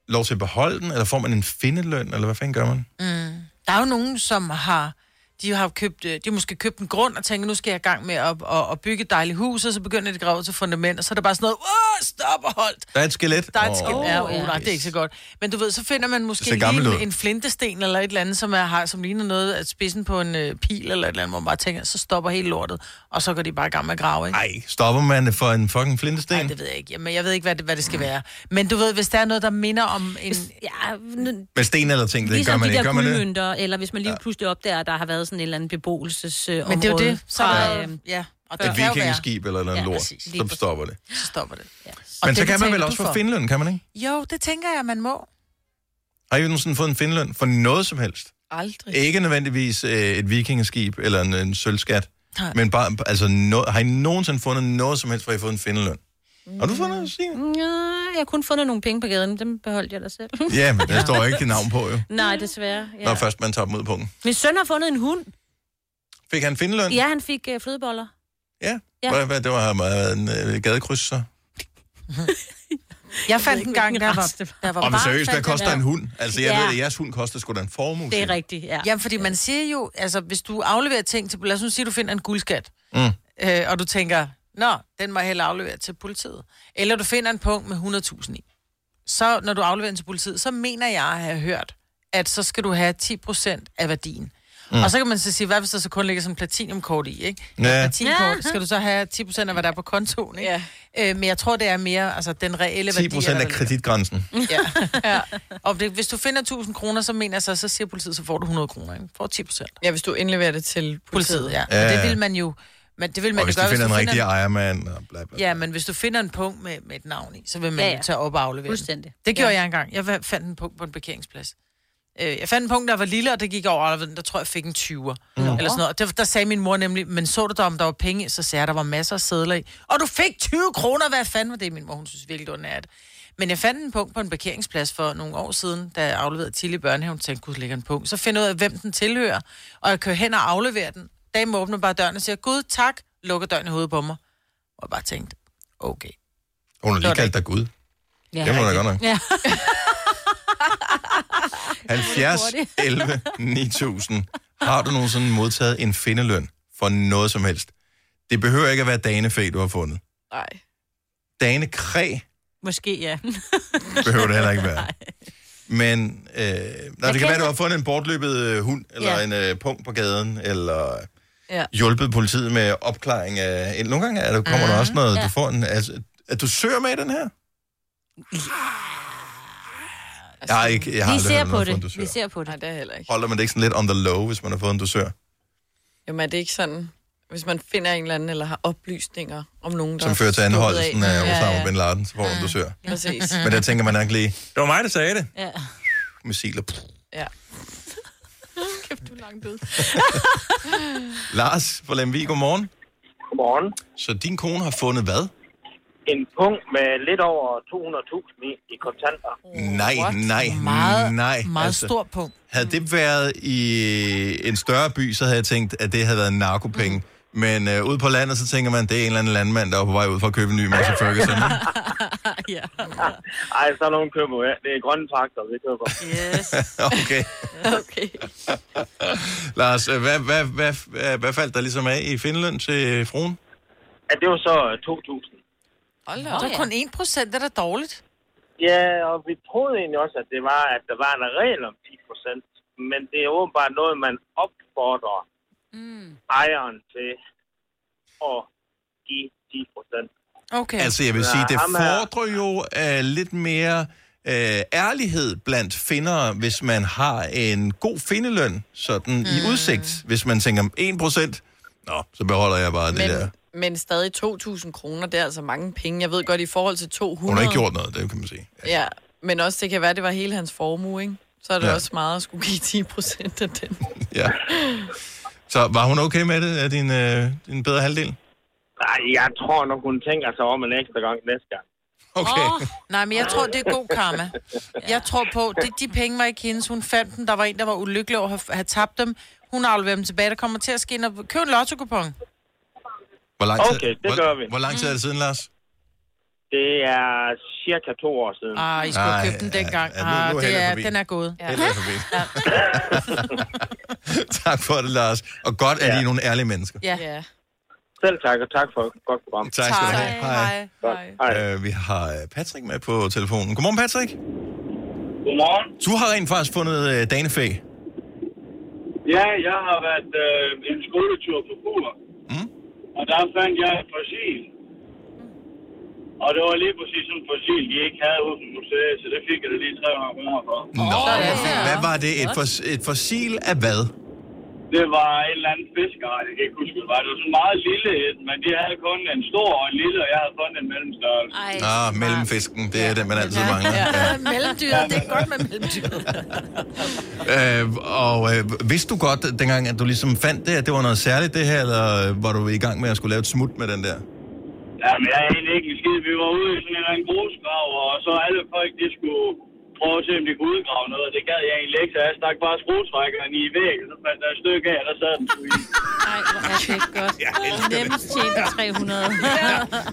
Speaker 1: lov til at beholde den, eller får man en findeløn, eller hvad fanden gør man?
Speaker 2: Mm. Der er jo nogen, som har... De har købt, øh, de har måske købt en grund og tænker, nu skal jeg i gang med at, at, at bygge et dejligt hus, og så begynder de at grave til fundament, og så er der bare sådan noget, åh, stop og holdt.
Speaker 1: Der er et skelet.
Speaker 2: Der er et skilt.
Speaker 1: Åh,
Speaker 2: Oh, ja, oh, nej, det er ikke så
Speaker 1: yes.
Speaker 2: godt. Men du ved, så finder man måske
Speaker 1: ser gammel
Speaker 2: lige
Speaker 1: ud.
Speaker 2: en, en flintesten eller et eller andet, som, er, har, som ligner noget af spidsen på en øh, pil eller et eller andet, hvor man bare tænker, så stopper helt lortet, og så går de bare i gang med at grave, ikke?
Speaker 1: Ej, stopper man det for en fucking flintesten?
Speaker 2: Nej, det ved jeg ikke. Men jeg ved ikke, hvad det, hvad det skal være. Men du ved, hvis der er noget, der minder om en...
Speaker 3: Ja, nu-
Speaker 1: Med sten eller ting, det
Speaker 3: ligesom
Speaker 1: gør man
Speaker 3: de
Speaker 1: ikke.
Speaker 3: der
Speaker 1: Gør man det?
Speaker 3: guldmønter, eller hvis man lige pludselig opdager, at der har været sådan en eller anden beboelsesområde.
Speaker 2: Men det er jo det. Så,
Speaker 3: Fra,
Speaker 2: ja.
Speaker 3: øh,
Speaker 2: ja. Og det
Speaker 1: Et
Speaker 2: kan jo være,
Speaker 1: vikingeskib eller noget
Speaker 3: Ja,
Speaker 1: lort,
Speaker 2: præcis.
Speaker 1: så
Speaker 2: Lige præcis.
Speaker 1: stopper det.
Speaker 2: så stopper det. Ja.
Speaker 1: Men så kan man vel også få
Speaker 2: finde...
Speaker 1: findeløn, kan man ikke?
Speaker 2: Jo, det tænker jeg, man må.
Speaker 1: Har I nogensinde fået en findeløn for noget som helst?
Speaker 4: Aldrig.
Speaker 1: Ikke nødvendigvis øh, et vikingeskib eller en, en sølvskat,
Speaker 2: Nej.
Speaker 1: men bare, altså, no, har I nogensinde fundet noget som helst, hvor I har fået en findeløn? Har du fundet noget, Signe?
Speaker 3: Ja, jeg har kun fundet nogle penge på gaden. Dem beholdt jeg da selv.
Speaker 1: Ja, men der står ikke dit navn på, jo.
Speaker 3: Nej, desværre. Ja.
Speaker 1: Når først man tager dem ud på den.
Speaker 3: Min søn har fundet en hund.
Speaker 1: Fik han findeløn?
Speaker 3: Ja, han fik øh, flødeboller.
Speaker 1: Ja.
Speaker 3: Ja.
Speaker 1: Hvad, hvad, det var meget en øh, gadekryds, så.
Speaker 2: Jeg fandt en gang, der
Speaker 3: hvilken
Speaker 2: var,
Speaker 3: race det var.
Speaker 2: der var
Speaker 1: Og men
Speaker 2: barn,
Speaker 1: seriøst, hvad
Speaker 2: fandt jeg
Speaker 1: koster en hund? Altså, jeg
Speaker 3: Ja.
Speaker 1: ved det, jeres hund koster sgu da en formue.
Speaker 3: Det er
Speaker 1: sikkert.
Speaker 3: rigtigt, ja.
Speaker 2: Ja, fordi man siger jo, altså hvis du afleverer ting til, lad os nu sige, du finder en guldskat, mm. øh, og du tænker, nå, den må jeg hellere aflevere til politiet. Eller du finder en punkt med 100.000 i. Så når du afleverer den til politiet, så mener jeg at have hørt, at så skal du have 10% af værdien. Mm. Og så kan man så sige, hvad hvis der så kun ligger sådan en platinumkort i, ikke?
Speaker 1: Ja.
Speaker 2: Ja. Platinumkort, skal du så have 10% af, hvad der er på kontoen, ikke?
Speaker 4: Ja.
Speaker 2: Øh, men jeg tror, det er mere, altså den reelle værdi.
Speaker 1: 10 procent
Speaker 2: der
Speaker 1: af
Speaker 2: ligger.
Speaker 1: kreditgrænsen.
Speaker 2: Ja. ja. Og det, hvis du finder 1000 kroner, så mener jeg så, så siger politiet, så får du 100 kroner, ikke? Får 10 procent.
Speaker 4: Ja, hvis du indleverer det til
Speaker 2: Politiet,
Speaker 4: politiet.
Speaker 2: ja.
Speaker 1: Ja,
Speaker 2: ja. Og
Speaker 1: ja.
Speaker 2: det vil man jo... Men det vil man
Speaker 1: Og
Speaker 2: jo
Speaker 1: hvis du
Speaker 2: gøre,
Speaker 1: finder en rigtig ejermand, og bla, bla, bla.
Speaker 2: Ja, men hvis du finder en punkt med, med et navn i, så vil man
Speaker 3: Ja,
Speaker 2: ja,
Speaker 3: ja.
Speaker 2: ja. jo tage op og aflevere den.
Speaker 3: Fuldstændig.
Speaker 2: Det gjorde
Speaker 3: Ja.
Speaker 2: ja. jeg engang. Jeg va- fandt en punkt på en parkeringsplads. Øh, Jeg fandt en punkt, der var lille, og det gik over, og der tror jeg, jeg fik en 20'er. Mm. Eller sådan noget. Der, der sagde min mor nemlig, men så du da, om der var penge? i?" Så sagde jeg, der var masser af sædler i. Og du fik 20 kroner, hvad fanden var det? Min mor, hun synes virkelig, det var nært. Men jeg fandt en punkt på en parkeringsplads for nogle år siden, da jeg afleverede Tilly i børnehaven, tænkte, gud, der ligger en punkt. Så finder jeg ud af, hvem den tilhører, og jeg kører hen og afleverer den. Damen åbner bare døren og siger, gud, tak, lukker døren i hovedet på mig. Og jeg bare tænkte, okay.
Speaker 1: Hun har lige
Speaker 2: Sådan.
Speaker 1: kaldt dig Gud.
Speaker 3: Ja.
Speaker 1: Det må da godt nok.
Speaker 3: Ja.
Speaker 1: 70, 11, 9000. Har du nogensinde modtaget en findeløn for noget som helst? Det behøver ikke at være danefæ, du har fundet.
Speaker 4: Nej.
Speaker 1: Danekræ
Speaker 3: Måske, ja.
Speaker 1: behøver det heller ikke være. Men øh, nej, det kan være,
Speaker 3: kender-
Speaker 1: du har fundet en bortløbet øh, hund, eller
Speaker 3: Ja.
Speaker 1: en øh, punkt på gaden, eller ja.
Speaker 4: Ja. hjulpet
Speaker 1: hjulpet politiet med opklaring af... Nogle gange er der, kommer
Speaker 3: Ah,
Speaker 1: der også noget, ja. du får en... Altså, at du søger med i den her? Jeg har, ikke, jeg har
Speaker 3: Vi
Speaker 1: aldrig
Speaker 3: ser
Speaker 1: hørt
Speaker 3: på
Speaker 1: noget om en
Speaker 3: det.
Speaker 1: dusør.
Speaker 3: Vi ser på
Speaker 4: Nej,
Speaker 3: det.
Speaker 4: det er heller ikke.
Speaker 1: Holder man det ikke sådan lidt on the low, hvis man har fået en dusør,
Speaker 4: Jamen er det ikke sådan, hvis man finder en eller anden, eller har oplysninger om nogen, der
Speaker 1: som
Speaker 4: er
Speaker 1: fører til
Speaker 4: stukket
Speaker 1: anholdelsen af Osama
Speaker 4: ja, ja.
Speaker 1: Bin Laden, så får man en dusør.
Speaker 4: Præcis.
Speaker 1: Men der tænker man nok lige, det var mig, der sagde det.
Speaker 3: Ja.
Speaker 1: Missiler.
Speaker 4: Ja.
Speaker 1: Lars fra Lemvig, godmorgen.
Speaker 9: Godmorgen.
Speaker 1: Så din kone har fundet hvad?
Speaker 9: En punkt med lidt over 200.000 i, i kontanter.
Speaker 1: Nej,
Speaker 4: What?
Speaker 1: nej,
Speaker 2: Meget,
Speaker 1: nej.
Speaker 2: meget altså. stor punkt.
Speaker 1: Havde det været i en større by, så havde jeg tænkt, at det havde været narkopenge. Mm. Men øh, ude på landet, så tænker man, det er en eller anden landmand, der er på vej ud for at købe en ny masse Ferguson.
Speaker 3: ja.
Speaker 9: Ej, så er nogen køber ja. Det er grønne traktor, vi køber.
Speaker 3: Yes.
Speaker 1: okay.
Speaker 4: Okay.
Speaker 1: Lars, øh, hvad, hvad, hvad, hvad, hvad faldt der ligesom af i Finland til fruen?
Speaker 9: Ja, det var så øh, 2.000.
Speaker 4: Hold da
Speaker 2: Og
Speaker 4: op.
Speaker 2: der er kun 1 procent, det er da dårligt.
Speaker 9: Ja, og vi troede egentlig også, at det var, at der var en regel om 10 procent. Men det er åbenbart noget, man opfordrer mm. ejeren til at give 10 procent.
Speaker 2: Okay.
Speaker 1: Altså, jeg vil
Speaker 9: Ja,
Speaker 1: sige, det
Speaker 9: ham er-
Speaker 1: fordrer jo øh, lidt mere øh, ærlighed blandt findere, hvis man har en god findeløn sådan mm. i udsigt. Hvis man tænker, 1%, nå, så beholder jeg bare det der.
Speaker 4: Men, men stadig 2.000 kroner, det er altså mange penge. Jeg ved godt, i forhold til 200...
Speaker 1: Hun har ikke gjort noget, det kan man sige.
Speaker 4: Ja, men også det kan være, det var hele hans formue, ikke? Så er det
Speaker 1: Ja.
Speaker 4: ja. også meget at skulle give 10 procent af den.
Speaker 1: Ja. Så var hun okay med det, af din, øh, din bedre halvdel?
Speaker 9: Nej, jeg tror nok, hun tænker sig om en ekstra gang næste gang.
Speaker 1: Okay. Oh.
Speaker 2: Nej, men jeg tror, det er god karma. Jeg tror på, det, de penge var ikke hendes. Hun fandt dem. Der var en, der var ulykkelig over at have- have tabt dem. Hun afleverer dem tilbage. Der kommer til at ske en... og- Køb en lotto-kupon.
Speaker 1: Hvor lang tid,
Speaker 9: Okay, det
Speaker 1: hvor,
Speaker 9: gør vi.
Speaker 1: Hvor lang tid er det siden, Lars?
Speaker 9: Det er cirka to år siden. Ah.
Speaker 2: Ah, I skulle
Speaker 1: Ej,
Speaker 2: have købt den dengang.
Speaker 1: ja, nu- nu er
Speaker 2: Ah, det
Speaker 1: heldet
Speaker 2: er,
Speaker 1: forbi.
Speaker 2: den er god. Ja.
Speaker 1: Ja. Ja. tak for det, Lars. Og godt, at I er nogle ærlige mennesker.
Speaker 2: ja.
Speaker 4: Ja.
Speaker 9: Selv tak, og tak for et godt program.
Speaker 1: Tak skal du have. Hej.
Speaker 9: Godt. Hej.
Speaker 1: Øh, vi har øh, Patrick med på telefonen. Godmorgen, Patrick.
Speaker 9: Godmorgen.
Speaker 1: Du har rent faktisk fundet øh, danefæ.
Speaker 9: Ja, jeg har været øh, en skoletur på Kur.
Speaker 1: Mm.
Speaker 9: Og der fandt jeg et fossil.
Speaker 3: Mm.
Speaker 9: Og det var lige præcis sådan et fossil, de ikke havde ude på museet, så det fik jeg da lige 300 kroner for.
Speaker 1: Nå, hvad var det? Et, fos, et fossil af hvad?
Speaker 9: Det var en eller anden fiskeart, jeg kan ikke huske, hvad det var. Det var sådan meget lille, et, men de havde kun en stor og en lille, og jeg havde fundet en mellemstørrelse.
Speaker 3: Ej,
Speaker 1: Ah, mellemfisken. Det er den, man altid mangler.
Speaker 2: Ja. Mellemdyret, det er godt med mellemdyret.
Speaker 1: Øh, og øh, vidste du godt dengang, at du ligesom fandt det, at det var noget særligt det her, eller øh, var du i gang med at skulle lave et smut med den der?
Speaker 10: Ja, men jeg er egentlig ikke en skid. Vi var ude i sådan en eller anden grusgrav, og så alle folk, de skulle prøve at se, om de kunne udgrave noget, og det gad jeg egentlig ikke, så jeg stak bare skruetrækkeren i væggen, så fandt der et stykke af, og der sad den sgu i.
Speaker 3: Nej, hvor er det godt. Nemmest tjente 300.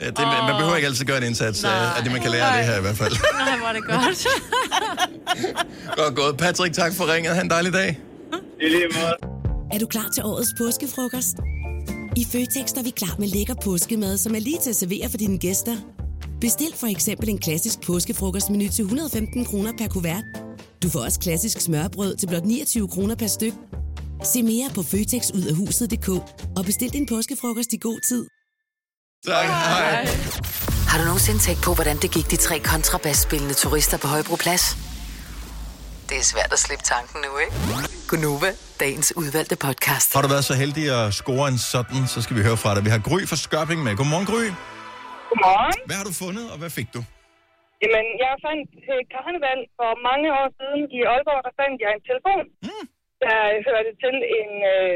Speaker 1: Ja, det, man man behøver ikke altid gøre en indsats Nej. af det, man kan lære af det her i hvert fald.
Speaker 3: Nej, hvor er det godt.
Speaker 1: Godt gået. Patrick, tak for ringet. Ha' en dejlig dag.
Speaker 10: I lige måde.
Speaker 11: Er du klar til årets påskefrokost? I Føtex er vi klar med lækker påskemad, som er lige til at servere for dine gæster. Bestil for eksempel en klassisk påskefrokostmenu til 115 kroner per kuvert. Du får også klassisk smørbrød til blot 29 kroner per styk. Se mere på føtexudafhuset.dk og bestil din påskefrokost i god tid.
Speaker 1: Tak. Hej.
Speaker 6: Har du nogensinde tænkt på, hvordan det gik de tre kontrabasspillende turister på Højbroplads? Det er svært at slippe tanken nu, ikke? Gunova, dagens udvalgte podcast.
Speaker 1: Har du været så heldig at score en sådan, så skal vi høre fra dig. Vi har Gry fra Skørping med. Godmorgen, Gry.
Speaker 12: Godmorgen.
Speaker 1: Hvad har du fundet, og hvad fik du?
Speaker 12: Jamen, jeg fandt til karneval for mange år siden i Aalborg, der fandt jeg en telefon, mm. der hørte til en øh,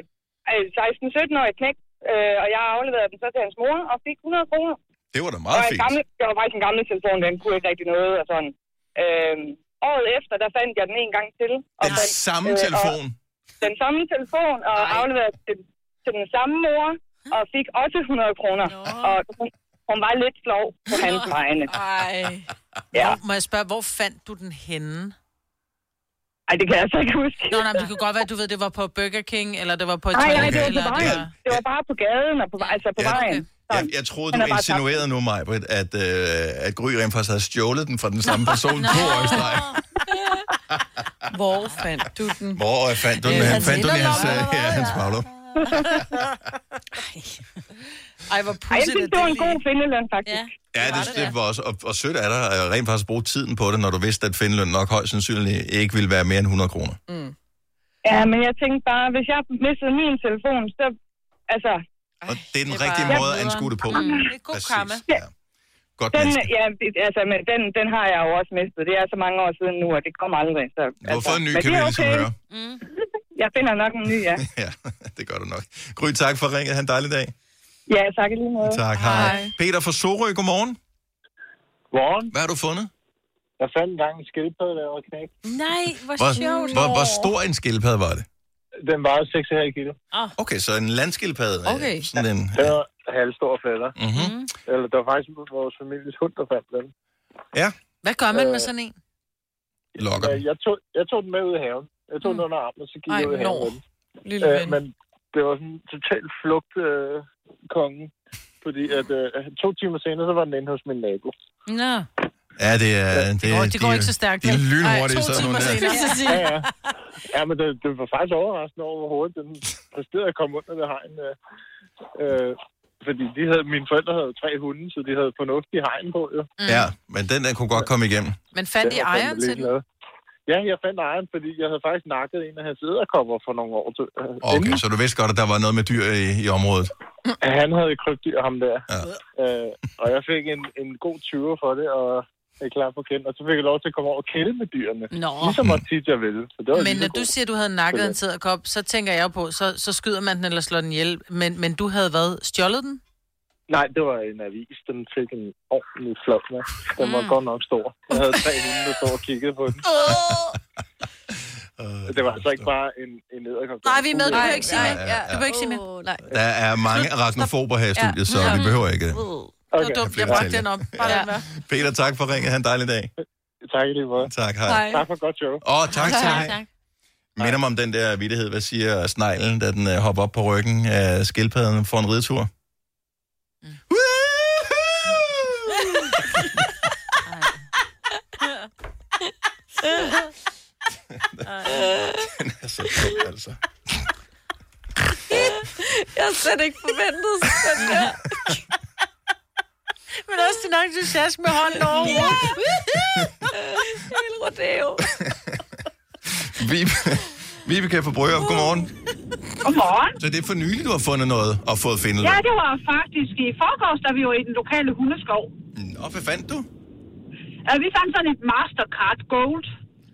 Speaker 12: øh, 16-17-årig knæk, øh, og jeg afleverede den så til hans mor og fik 100 kroner.
Speaker 1: Det var da
Speaker 12: Det
Speaker 1: meget
Speaker 12: var en
Speaker 1: fint.
Speaker 12: Gamle, det var faktisk en gammel telefon, den kunne ikke rigtig noget og sådan. Øh, året efter, der fandt jeg den en gang til. Og
Speaker 1: Den
Speaker 12: fandt,
Speaker 1: samme
Speaker 12: Øh, og
Speaker 1: telefon?
Speaker 12: Den samme telefon, og Ej. afleverede til, til den samme mor, og fik også 100 kroner. Og hun, hun var lidt flov på hans vegne.
Speaker 2: Ej.
Speaker 12: Ja.
Speaker 2: Hvor, må jeg spørge, hvor fandt du den henne?
Speaker 12: Ej, det kan jeg så ikke huske.
Speaker 2: Nå, nej, men det kan godt være, at du ved, det var på Burger King, eller det var på et
Speaker 12: Nej, nej,
Speaker 2: toilet,
Speaker 12: det var
Speaker 2: eller
Speaker 12: på vejen. Det var bare på gaden og på, vej- altså på
Speaker 1: Ja,
Speaker 12: vejen.
Speaker 1: Jeg, jeg troede,
Speaker 12: Han
Speaker 1: du
Speaker 12: er bare tabt.
Speaker 1: insinuerede nu, mig, at, øh, at Gry rent faktisk havde stjålet den fra den samme person på år i streg.
Speaker 2: Hvor fandt du den?
Speaker 1: Hvor øh, fandt du den?
Speaker 2: Øh,
Speaker 1: Han
Speaker 2: hans
Speaker 1: fandt du den i hans,
Speaker 2: inderlomme,
Speaker 1: øh, ja, hans maglum.
Speaker 2: Ej, hvor
Speaker 12: Ej, jeg
Speaker 2: pudsigt
Speaker 12: synes,
Speaker 2: er
Speaker 12: det var
Speaker 2: det
Speaker 12: en god findeløn, faktisk. Ja.
Speaker 1: Ja, det, det var også, og, og sødt af dig at rent faktisk bruge tiden på det, når du vidste, at finløn nok højst sandsynligt ikke ville være mere end 100 kroner.
Speaker 12: ja, men jeg tænkte bare, hvis jeg mistede min telefon, så... Altså,
Speaker 1: Og det er den rigtige
Speaker 12: bare-
Speaker 1: måde at anskue Ah, det på.
Speaker 12: Mm, det er god
Speaker 1: Præcis,
Speaker 12: karma.
Speaker 1: ja. Godt
Speaker 12: den,
Speaker 1: menneske.
Speaker 12: ja, det- altså, men den, den har jeg jo også mistet. Det er så mange år siden nu, og det kommer aldrig. Så, altså,
Speaker 1: Du har fået en ny,
Speaker 12: men
Speaker 1: kan
Speaker 12: det
Speaker 1: vi
Speaker 12: er
Speaker 1: ligesom høre.
Speaker 12: Jeg finder nok en ny, ja.
Speaker 1: Ja, det gør du nok. Gry, tak for ringet. Ha' en dejlig dag.
Speaker 12: Ja, tak i lige måde.
Speaker 1: Tak, hej. Peter fra Sorø, godmorgen.
Speaker 13: Godmorgen.
Speaker 1: Hvad har du fundet?
Speaker 13: Jeg fandt engang en skildpadde, der var knægt.
Speaker 3: Nej, hvor,
Speaker 1: Hvor,
Speaker 3: sjovt.
Speaker 1: hvor, hvor stor en skildpadde var det?
Speaker 13: Den vejede 6,5 kilo.
Speaker 1: Okay, så en landskildpadde. øh,
Speaker 13: Okay.
Speaker 1: Sådan en,
Speaker 13: Den var halvstor fætter.
Speaker 1: Mhm.
Speaker 13: Eller der var faktisk vores families hund, der fandt den.
Speaker 1: Ja.
Speaker 2: Hvad gør man med sådan en?
Speaker 1: Lokker.
Speaker 13: Øh, Jeg tog, jeg tog den med ud i haven. Jeg tog den under armen, og så gik
Speaker 2: Mm. Ej,
Speaker 13: jeg ud i haven
Speaker 2: nå.
Speaker 13: med den.
Speaker 2: Lille
Speaker 13: Øh,
Speaker 2: ven.
Speaker 13: men det var sådan en total flugt, øh, kongen. Fordi at, øh, to timer senere, så var den inde hos min nabo.
Speaker 2: Nå.
Speaker 1: Ja, det er... Det,
Speaker 2: går- det går
Speaker 1: de-
Speaker 2: ikke så stærkt,
Speaker 1: De er
Speaker 2: vel?
Speaker 1: lynhurtige,
Speaker 2: Ej, to
Speaker 1: sådan
Speaker 2: timer
Speaker 1: nogle der.
Speaker 2: senere.
Speaker 13: Ja, ja. ja men det, det var faktisk overraskende over, hvor hurtigt den præsterede at komme under det hegn. Øh, øh, fordi de havde, mine forældre havde tre hunde, så de havde fornuftig hegn på, jo.
Speaker 1: Ja, men den der kunne godt komme igennem.
Speaker 2: Men fandt I
Speaker 13: Den var fandme
Speaker 2: ejeren til den?
Speaker 13: ligeglad. Ja, jeg fandt ejeren, fordi jeg havde faktisk nakket en af hans æderkopper for nogle år til.
Speaker 1: Okay, så du vidste godt, at der var noget med dyr i, i området.
Speaker 13: Han havde krybdyr, ham der.
Speaker 1: Ja.
Speaker 13: Øh, og jeg fik en, en god 20 for det, og jeg er klar på kendt. Og så fik jeg lov til at komme over og kælde med dyrene.
Speaker 2: Nå.
Speaker 13: Ligesom også tit, jeg ville. Så det var
Speaker 2: Men
Speaker 13: lige
Speaker 2: når
Speaker 13: så
Speaker 2: du
Speaker 13: godt.
Speaker 2: siger, at du havde nakket en sæderkop, så tænker jeg jo på, så, så skyder man den eller slår den ihjel. Men, men du havde hvad? Stjålet den?
Speaker 13: Nej, det var en avis. Den fik en ordentlig flot med. Den
Speaker 2: Ah.
Speaker 13: var godt nok stor. Jeg havde tre hunde, der stod og kiggede på den.
Speaker 1: Ah,
Speaker 13: det var altså ikke bare en, en æderkop.
Speaker 2: Nej, vi er med. Du behøver ikke sige
Speaker 13: Ja,
Speaker 2: mere.
Speaker 13: ja, ja.
Speaker 2: Du behøver ikke sige mere. Nej.
Speaker 1: Der er mange arachnofober her i studiet, så vi behøver ikke det.
Speaker 2: Okay. Det var dumt, jeg bragte den op. Bare ja. den
Speaker 1: Peter, tak for ringet. Ha' en dejlig dag.
Speaker 13: Tak i lige måde.
Speaker 1: Tak, hej.
Speaker 13: Tak for godt show.
Speaker 1: Åh, tak, tak. Minder mig om den der vittighed, hvad siger sneglen, da den øh, hopper op på ryggen af skildpadden for en ridetur? Den er så sjov, altså.
Speaker 4: Jeg har slet ikke forventet sådan der.
Speaker 2: Men også din entusiasme med hånden over
Speaker 4: Helt Øh, rodeo.
Speaker 1: Vibe- Vibeke fra Brøger, godmorgen.
Speaker 14: Godmorgen.
Speaker 1: Så det er for nylig, du har fundet noget og fået findet.
Speaker 14: Ja, det var faktisk i forgårs, da vi var i den lokale hundeskov.
Speaker 1: Nå, hvad fandt du?
Speaker 14: Uh, vi fandt sådan et Mastercard Gold.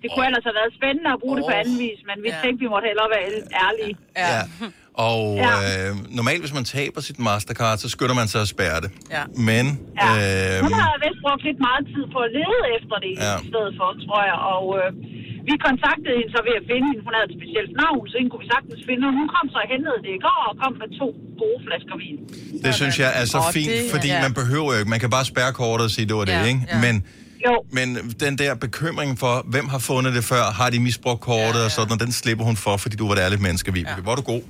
Speaker 14: Det kunne ellers have været spændende at bruge oh. det på anden vis, men vi ja. tænkte, vi måtte hellere være ærlige.
Speaker 1: Ja. Og
Speaker 14: Ja.
Speaker 1: ja. øh, normalt, hvis man taber sit Mastercard, så skynder man sig at spærre det.
Speaker 14: Ja.
Speaker 1: Men,
Speaker 14: Ja.
Speaker 1: øh,
Speaker 14: Hun har vist brugt lidt meget tid på at lede efter det ja.
Speaker 1: Ja.
Speaker 14: i stedet for, tror jeg. Og øh, vi kontaktede hende så ved at finde hende. Hun havde et specielt navn, så hende kunne vi sagtens finde. Og hun kom så og hentede det i går og kom med to gode flasker vin.
Speaker 1: det synes jeg er så
Speaker 14: Åh,
Speaker 1: fint,
Speaker 14: det-
Speaker 1: fordi
Speaker 14: ja.
Speaker 1: man behøver jo ikke. Man kan bare spærre kortet og sige, det var det,
Speaker 14: Ja,
Speaker 1: ikke?
Speaker 14: ja.
Speaker 1: Men,
Speaker 14: jo.
Speaker 1: men den der bekymring for, hvem har fundet det før, har de misbrugt kortet ja, ja. og sådan, og den slipper hun for, fordi du var et ærligt menneske, Vibeke. Ja. Hvor er du god.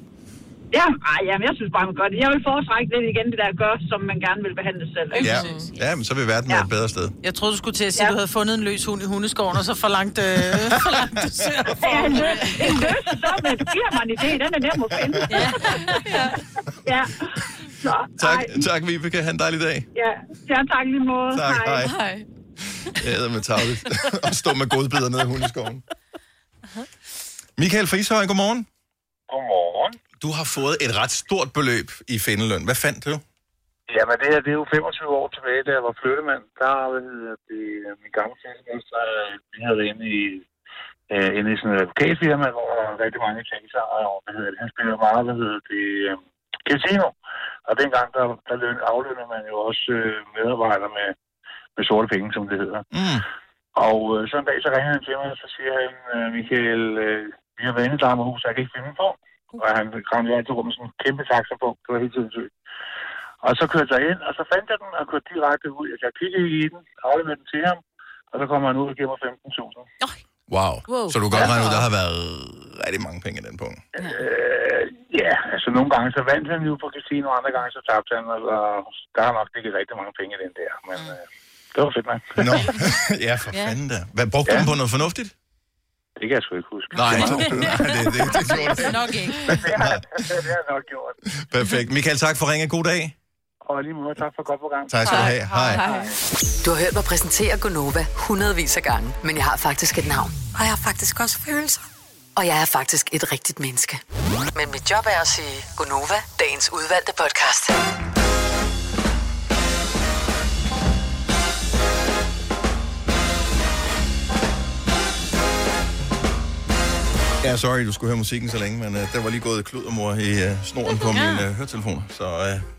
Speaker 14: Ja, ej, jamen, jeg synes bare, man gør det. Jeg vil foretrække lidt igen det der gør, som man gerne vil behandle selv. ikke?
Speaker 1: Ja, ja men så vil verden ja. være et bedre sted.
Speaker 2: Jeg troede, du skulle til at sige, at ja. du havde fundet en løs hund i hundeskoven, og så forlangt, øh, forlangt du ser for.
Speaker 14: Ja, en lø- en løse dom er giver mig en idé. Den er nem at finde. Ja. ja. ja. Så,
Speaker 1: Tak,
Speaker 14: ej,
Speaker 1: tak Vibeke. Ha' en dejlig dag.
Speaker 14: ja. ja, tak i lige måde.
Speaker 1: Tak, hej.
Speaker 14: hej.
Speaker 1: Jeg æder med tavlet og stå med godbidder nede i hundeskoven. Michael Frishøj, godmorgen.
Speaker 15: Godmorgen.
Speaker 1: Du har fået et ret stort beløb i findeløn. Hvad fandt du?
Speaker 15: Jamen, det her, det er jo 25 år tilbage, da jeg var flyttemand. Der hvad hedder det, min gamle klassemester, øh, vi havde været inde i, øh, inde i sådan et advokatfirma, hvor der var rigtig mange caser, og hvad hedder det, han spiller meget, hvad hedder det, øh, casino. Og dengang, der, der løn, aflønner man jo også øh, medarbejdere med, med sorte penge, som det hedder.
Speaker 1: Mm.
Speaker 15: Og øh, så en dag, så ringer han til mig, og så siger han, øh, Michael, øh, vi har været inde i Drammerhus, og jeg kan ikke finde min form. Og han ramte altid rundt med sådan en kæmpe taxa på. Det var helt tiden sygt. Og så kørte jeg ind, og så fandt jeg den, og kørte direkte ud. Altså, Jeg kan kigge i den, afleverede den til ham, og så kommer han ud og giver mig 15.000.
Speaker 1: Wow.
Speaker 15: Wow.
Speaker 1: Så du kan godt
Speaker 15: Ja.
Speaker 1: regne ud, der har været rigtig mange penge i den punkt.
Speaker 15: Øh, ja, altså nogle gange så vandt han jo på casino, og andre gange så tabte han, og der har nok ligget rigtig mange penge i den der. Men øh, det var fedt, mand.
Speaker 1: Nå, ja for ja. fanden da. Hvad, brugte du den på noget fornuftigt?
Speaker 15: Det kan jeg sgu ikke huske.
Speaker 1: Nej, nej, det, det, det gjorde det.
Speaker 2: Nok ikke.
Speaker 15: det har jeg nok gjort.
Speaker 1: Perfekt. Michael, tak for ringen. God dag.
Speaker 15: Og i lige måde, tak for godt program.
Speaker 1: Tak skal du have. Hej.
Speaker 6: Du har hørt mig præsentere Gonova hundredvis af gange, men jeg har faktisk et navn. Og jeg har faktisk også følelser. Og jeg er faktisk et rigtigt menneske. Men mit job er at sige Gonova, dagens udvalgte podcast.
Speaker 1: Ja, sorry, du skulle høre musikken så længe, men uh, der var lige gået kludermor i uh, snoren på ja. min uh, høretelefoner, så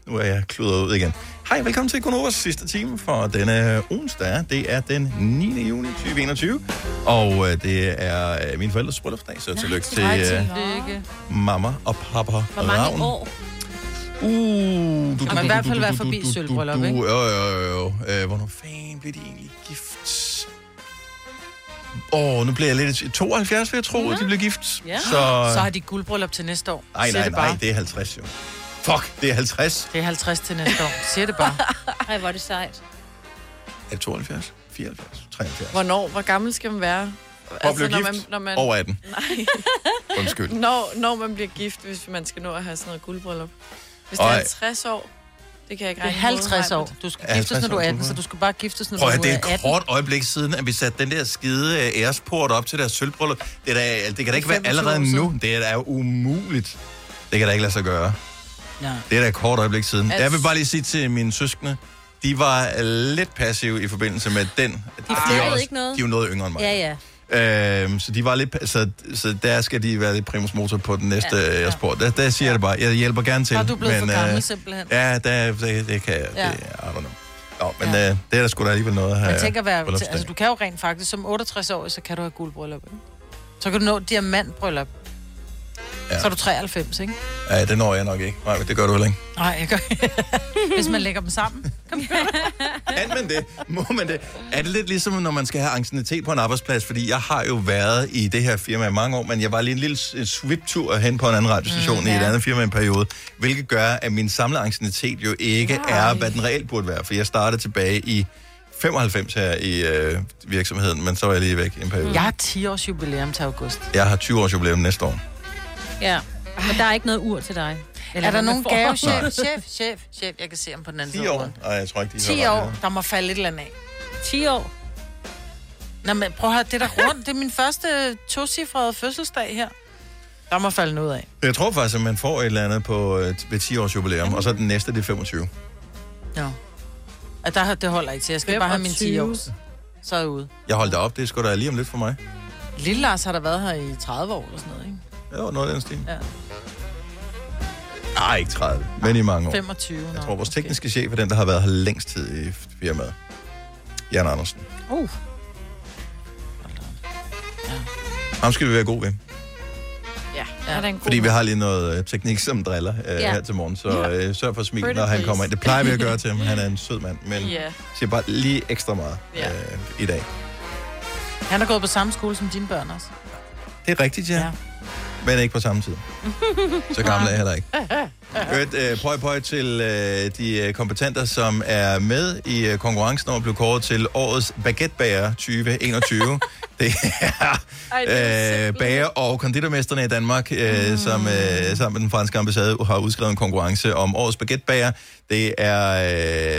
Speaker 1: uh, nu er jeg kludret ud igen. Hej, velkommen til Konovas sidste time for denne øh, onsdag. Det er den 9. juni 2021, og uh, det er uh, min forældres bryllupsdag, så tillykke til uh,
Speaker 2: Lykke.
Speaker 1: mamma og papa
Speaker 2: Hvor mange
Speaker 1: Ravn.
Speaker 2: år?
Speaker 1: Uh,
Speaker 2: du, man i hvert fald være forbi sølvbryllup, ikke?
Speaker 1: Du, jo, jo, jo. Øh, hvornår fanden blev de egentlig gift? Åh, oh, nu bliver jeg lidt... i- 72, vil jeg tro, at de blev gift.
Speaker 2: Ja.
Speaker 1: Så...
Speaker 2: Så, så har de guldbryllup til næste år.
Speaker 1: Nej,
Speaker 2: Siger
Speaker 1: nej,
Speaker 2: det
Speaker 1: nej,
Speaker 2: bare.
Speaker 1: det er 50 jo. Fuck, det er 50.
Speaker 2: Det er 50 til næste år. Siger det bare.
Speaker 3: Ej, hvor er det sejt.
Speaker 1: Er det 72? 74? 73?
Speaker 4: Hvornår? Hvor gammel skal man være? Altså,
Speaker 1: For at blive
Speaker 4: når man,
Speaker 1: gift?
Speaker 4: når man,
Speaker 1: Over 18.
Speaker 4: Nej.
Speaker 1: Undskyld.
Speaker 4: Når, når man bliver gift, hvis man skal nå at have sådan noget guldbryllup. Hvis det
Speaker 1: Ej.
Speaker 4: er 50 år, det kan jeg ikke
Speaker 2: Det er
Speaker 4: regne
Speaker 2: 50 år. Du skal giftes, når du er 18, så du skal bare giftes, når du
Speaker 1: Prøv
Speaker 2: er
Speaker 1: at
Speaker 2: 18.
Speaker 1: høre, det er et kort øjeblik siden, at vi satte den der skide øh, æresport op til deres sølvbryllup. Det, er da, det kan da ikke være
Speaker 2: 25 år
Speaker 1: allerede
Speaker 2: siden.
Speaker 1: nu. Det er da umuligt. Det kan da ikke lade sig gøre.
Speaker 2: Nej.
Speaker 1: Det er da et kort øjeblik siden.
Speaker 2: Altså-
Speaker 1: Jeg vil bare lige sige til mine søskende, de var lidt passive i forbindelse med den. Ah, De,
Speaker 3: flaggede
Speaker 1: er også-
Speaker 3: ikke noget.
Speaker 1: De er jo noget yngre end mig.
Speaker 3: Ja, ja.
Speaker 1: Øhm, så, de var lidt, pa- så, så der skal de være lidt primus motor på den næste
Speaker 2: Ja,
Speaker 1: ja, ja. sport. Der, der siger jeg det bare. Jeg hjælper gerne til.
Speaker 2: Og du er blevet for gammel,
Speaker 1: øh,
Speaker 2: simpelthen.
Speaker 1: Ja, der, det, det kan jeg.
Speaker 2: Ja.
Speaker 1: Ja. Det, I don't know. Nå, men ja. øh, det er der sgu da alligevel noget her.
Speaker 2: Man tænker, hvad, altså, du kan jo rent faktisk, som 68-årig, så kan du have guldbryllup. Ikke? Så kan du nå et diamantbryllup. Ja.
Speaker 1: Ja.
Speaker 2: Så er du 93, ikke?
Speaker 1: Ja, det når jeg nok ikke. Nej, men det gør du heller ikke.
Speaker 2: Nej, jeg gør Hvis man lægger dem
Speaker 1: Mm.
Speaker 2: sammen. Kom her.
Speaker 1: Kan man det? Må man det? Er det lidt ligesom, når man skal have angstinitet på en arbejdsplads? Fordi jeg har jo været i det her firma i mange år, men jeg var lige en lille s- sviptur hen på en anden radiostation mm, ja. i et andet firma i en periode, hvilket gør, at min samlede angstinitet jo ikke Nej. er, hvad den reelt burde være. For jeg startede tilbage i 95 her i øh, virksomheden, men så var jeg lige væk i en periode.
Speaker 2: Jeg har 10 års jubilæum til august.
Speaker 1: Jeg har 20 års jubilæum næste år.
Speaker 3: Ja. Men der er ikke noget ur til dig.
Speaker 2: Eller er der
Speaker 3: hvad man
Speaker 2: nogen
Speaker 3: får.
Speaker 2: gave?
Speaker 1: Nej.
Speaker 2: Chef, chef, chef, chef. Jeg kan se ham på den anden
Speaker 1: 10
Speaker 2: side. af
Speaker 1: år?
Speaker 2: bordet.
Speaker 1: Nej, jeg tror ikke, de har
Speaker 2: 10
Speaker 1: ret
Speaker 2: år.
Speaker 1: meget.
Speaker 2: Der må falde et eller andet af.
Speaker 3: 10 år?
Speaker 2: Nå, men prøv at høre, det er da rundt. Det er min første tocifrede fødselsdag her. Der må falde noget af.
Speaker 1: Jeg tror faktisk, at man får et eller andet på, øh, ved 10 års jubilæum, og så den næste, det er 25.
Speaker 2: Og der, det holder ikke til. Jeg skal bare have min 10 år. Så er jeg ude.
Speaker 1: Jeg holdt da op, det er sgu da lige om lidt for mig.
Speaker 2: Lille Lars har der været her i 30 år eller sådan noget, ikke?
Speaker 1: Mm. Jo, noget af den stil.
Speaker 2: Ja.
Speaker 1: Nej, ikke 30, men i mange år.
Speaker 2: 25.
Speaker 1: Jeg tror, vores tekniske chef er den, der har været her længst tid i firmaet. Jan Andersen.
Speaker 2: Uh.
Speaker 1: Ham skal vi være gode ved.
Speaker 4: Ja, ja. Er der en god
Speaker 1: Fordi vi har lige noget øh, teknik, som driller øh,
Speaker 4: Ja.
Speaker 1: her til morgen, så øh, sørg for at smile,
Speaker 4: Pretty
Speaker 1: når han
Speaker 4: please.
Speaker 1: kommer ind. Det plejer vi at gøre til ham. Han er en sød mand, men
Speaker 2: Ja.
Speaker 1: siger bare lige ekstra meget øh,
Speaker 2: Ja.
Speaker 1: i dag.
Speaker 2: Han har gået på samme skole som dine børn også.
Speaker 1: Det er rigtigt, ja. ja. Men ikke på samme tid. Så gammel er jeg heller ikke. Hørt, øh, prøv, prøv til øh, de øh, kompetenter, som er med i øh, konkurrencen om at blive kåret til årets baguettebager 2021. det er
Speaker 16: Ej, det er
Speaker 1: øh, bager- og konditormesterne i Danmark, øh, mm. som øh, sammen med den franske ambassade har udskrevet en konkurrence om årets baguettebager. Det er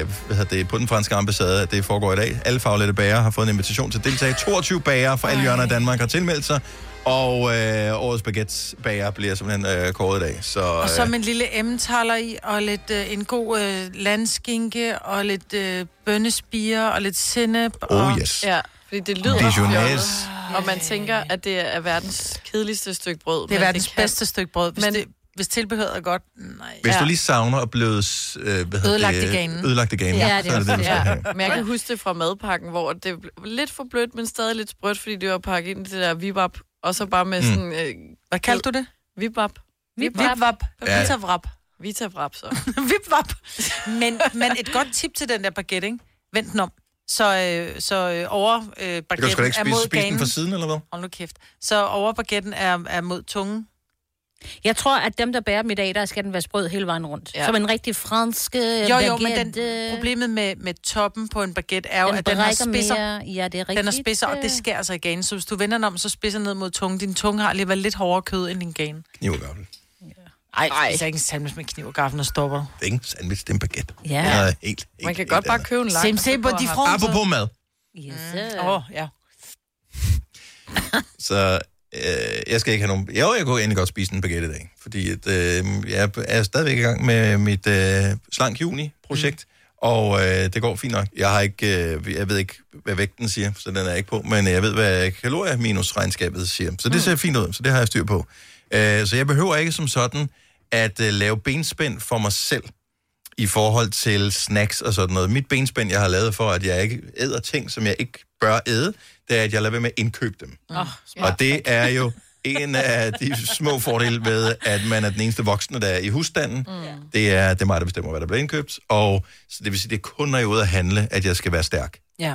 Speaker 1: øh, hvad hedder det, på den franske ambassade, at det foregår i dag. Alle faglette bager har fået en invitation til at deltage. 22 bager fra alle hjørner af Danmark har tilmeldt sig. Og øh, årets baguettebager bliver simpelthen øh, kåret i dag. Så, øh,
Speaker 2: Og så med en lille emmentaler i, og lidt, øh, en god øh, landskinke, og lidt øh, bønnespiger, og lidt sennep.
Speaker 1: Oh,
Speaker 2: og,
Speaker 1: yes.
Speaker 4: Ja, fordi det lyder
Speaker 1: Dijonnaise.
Speaker 4: fjollet, Og man tænker, at det er verdens kedeligste stykke brød.
Speaker 2: Det er verdens bedste stykke brød, hvis,
Speaker 4: Men-
Speaker 2: men, det, hvis tilbehøret er godt. Nej.
Speaker 1: Hvis ja. du lige savner at blive øh, hvad hedder
Speaker 4: Ødelagt
Speaker 1: det,
Speaker 4: i ganen.
Speaker 1: Ødelagt i ganen, ja, det er så er det det, du skal have.
Speaker 4: Men jeg kan huske det fra madpakken, hvor det blev lidt for blødt, men stadig lidt sprødt, fordi det var pakket ind i det der vibab, og så bare med
Speaker 1: Mm.
Speaker 4: sådan... Øh,
Speaker 2: Hvad kaldte du det?
Speaker 4: Vibab.
Speaker 2: Vip, vap.
Speaker 1: Ja.
Speaker 2: Vita, vrap.
Speaker 4: Vita vrap, så.
Speaker 2: Vip, vap. Men, men et godt tip til den der baguette, ikke? Vent den om. Så, øh, så øh, over øh,
Speaker 1: Du kan sgu da
Speaker 2: baguetten
Speaker 1: ikke
Speaker 2: er
Speaker 1: spise,
Speaker 2: mod
Speaker 1: spise den
Speaker 2: ganen.
Speaker 1: fra siden, eller hvad?
Speaker 2: Hold nu kæft. Så over baguetten er, er mod tungen.
Speaker 3: Jeg tror, at dem, der bærer dem i dag, der skal den være sprød hele vejen rundt.
Speaker 2: Ja.
Speaker 3: Ja. Som en rigtig fransk øh,
Speaker 2: Jo, jo, men
Speaker 3: baguette.
Speaker 2: den, problemet med, med toppen på en baguette er jo,
Speaker 3: Den
Speaker 2: at den har
Speaker 3: brækker
Speaker 2: spidser.
Speaker 3: mere. Ja, det er
Speaker 2: Den har
Speaker 3: rigtigt.
Speaker 2: spidser, og det skærer sig i ganen. Så hvis du vender den om, så spidser ned mod tungen. Din tunge har alligevel lidt hårdere kød end din gane.
Speaker 1: Kniv og gaffel. Det
Speaker 2: Ej, Ej. det er ikke en sandwich med kniv og gaffel, og stopper du.
Speaker 1: er ikke en sandwich, det er en baguette.
Speaker 2: Ja.
Speaker 1: Det er helt,
Speaker 4: Man kan godt bare købe en lang.
Speaker 2: Sim, sim, på de fronter.
Speaker 1: Apropos mad.
Speaker 3: Yes.
Speaker 2: Åh, oh, ja.
Speaker 1: Så øh, jeg skal ikke have nogen... Jo, jeg kunne egentlig godt spise en baguette i dag, fordi at, øh, jeg er stadigvæk i gang med mit øh, Slank Juni-projekt, mm. og øh, det går fint nok. Jeg har ikke... Øh, jeg ved ikke, hvad vægten siger, så den er jeg ikke på, men jeg ved, hvad kalorier-minus-regnskabet siger. Så det ser fint ud, så det har jeg styr på. Øh, så jeg behøver ikke som sådan at øh, lave benspænd for mig selv i forhold til snacks og sådan noget. Mit benspænd, jeg har lavet for, at jeg ikke æder ting, som jeg ikke bør æde, det er, at jeg lader være med at indkøbe dem.
Speaker 2: Oh,
Speaker 1: Og det er jo en af de små fordele ved, at man er den eneste voksne, der er i husstanden. Mm. Det, er, det er mig, der bestemmer, hvad der bliver indkøbt. Og så det vil sige, det er kun, når jeg er ude at handle, at jeg skal være stærk.
Speaker 2: Ja.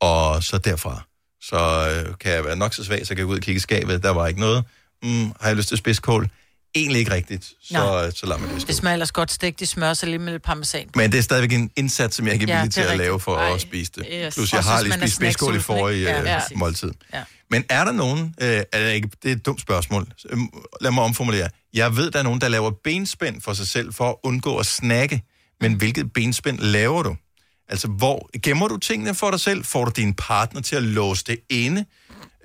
Speaker 1: Og så derfra, så øh, kan jeg være nok så svag, så kan jeg gå ud og kigge i skabet. Der var ikke noget. Mm, har jeg lyst til spidskål? Egentlig ikke rigtigt. Så, øh,
Speaker 2: Nej.
Speaker 1: så lader man det stå.
Speaker 2: Det smager ellers godt stegt i smør, så lige med lidt parmesan.
Speaker 1: Men det er stadigvæk en indsats, som jeg ikke er
Speaker 2: Ja,
Speaker 1: villig ja,
Speaker 2: det
Speaker 1: til
Speaker 2: er
Speaker 1: at
Speaker 2: rigtigt.
Speaker 1: lave for
Speaker 2: Ej,
Speaker 1: at spise det.
Speaker 2: yes.
Speaker 1: Plus, jeg
Speaker 2: Også
Speaker 1: har
Speaker 2: hvis
Speaker 1: lige
Speaker 2: man er
Speaker 1: spist spidskål i
Speaker 2: snacksulten,
Speaker 1: forrige
Speaker 2: ikke? Ja,
Speaker 1: ja,
Speaker 2: præcis.
Speaker 1: måltid.
Speaker 2: Ja.
Speaker 1: Men er der nogen, øh, er ikke, det er et dumt spørgsmål, Så, øhm, lad mig omformulere. Jeg ved, der er nogen, der laver benspænd for sig selv for at undgå at snakke, men hvilket benspænd laver du? Altså, hvor gemmer du tingene for dig selv? Får du din partner til at låse det inde?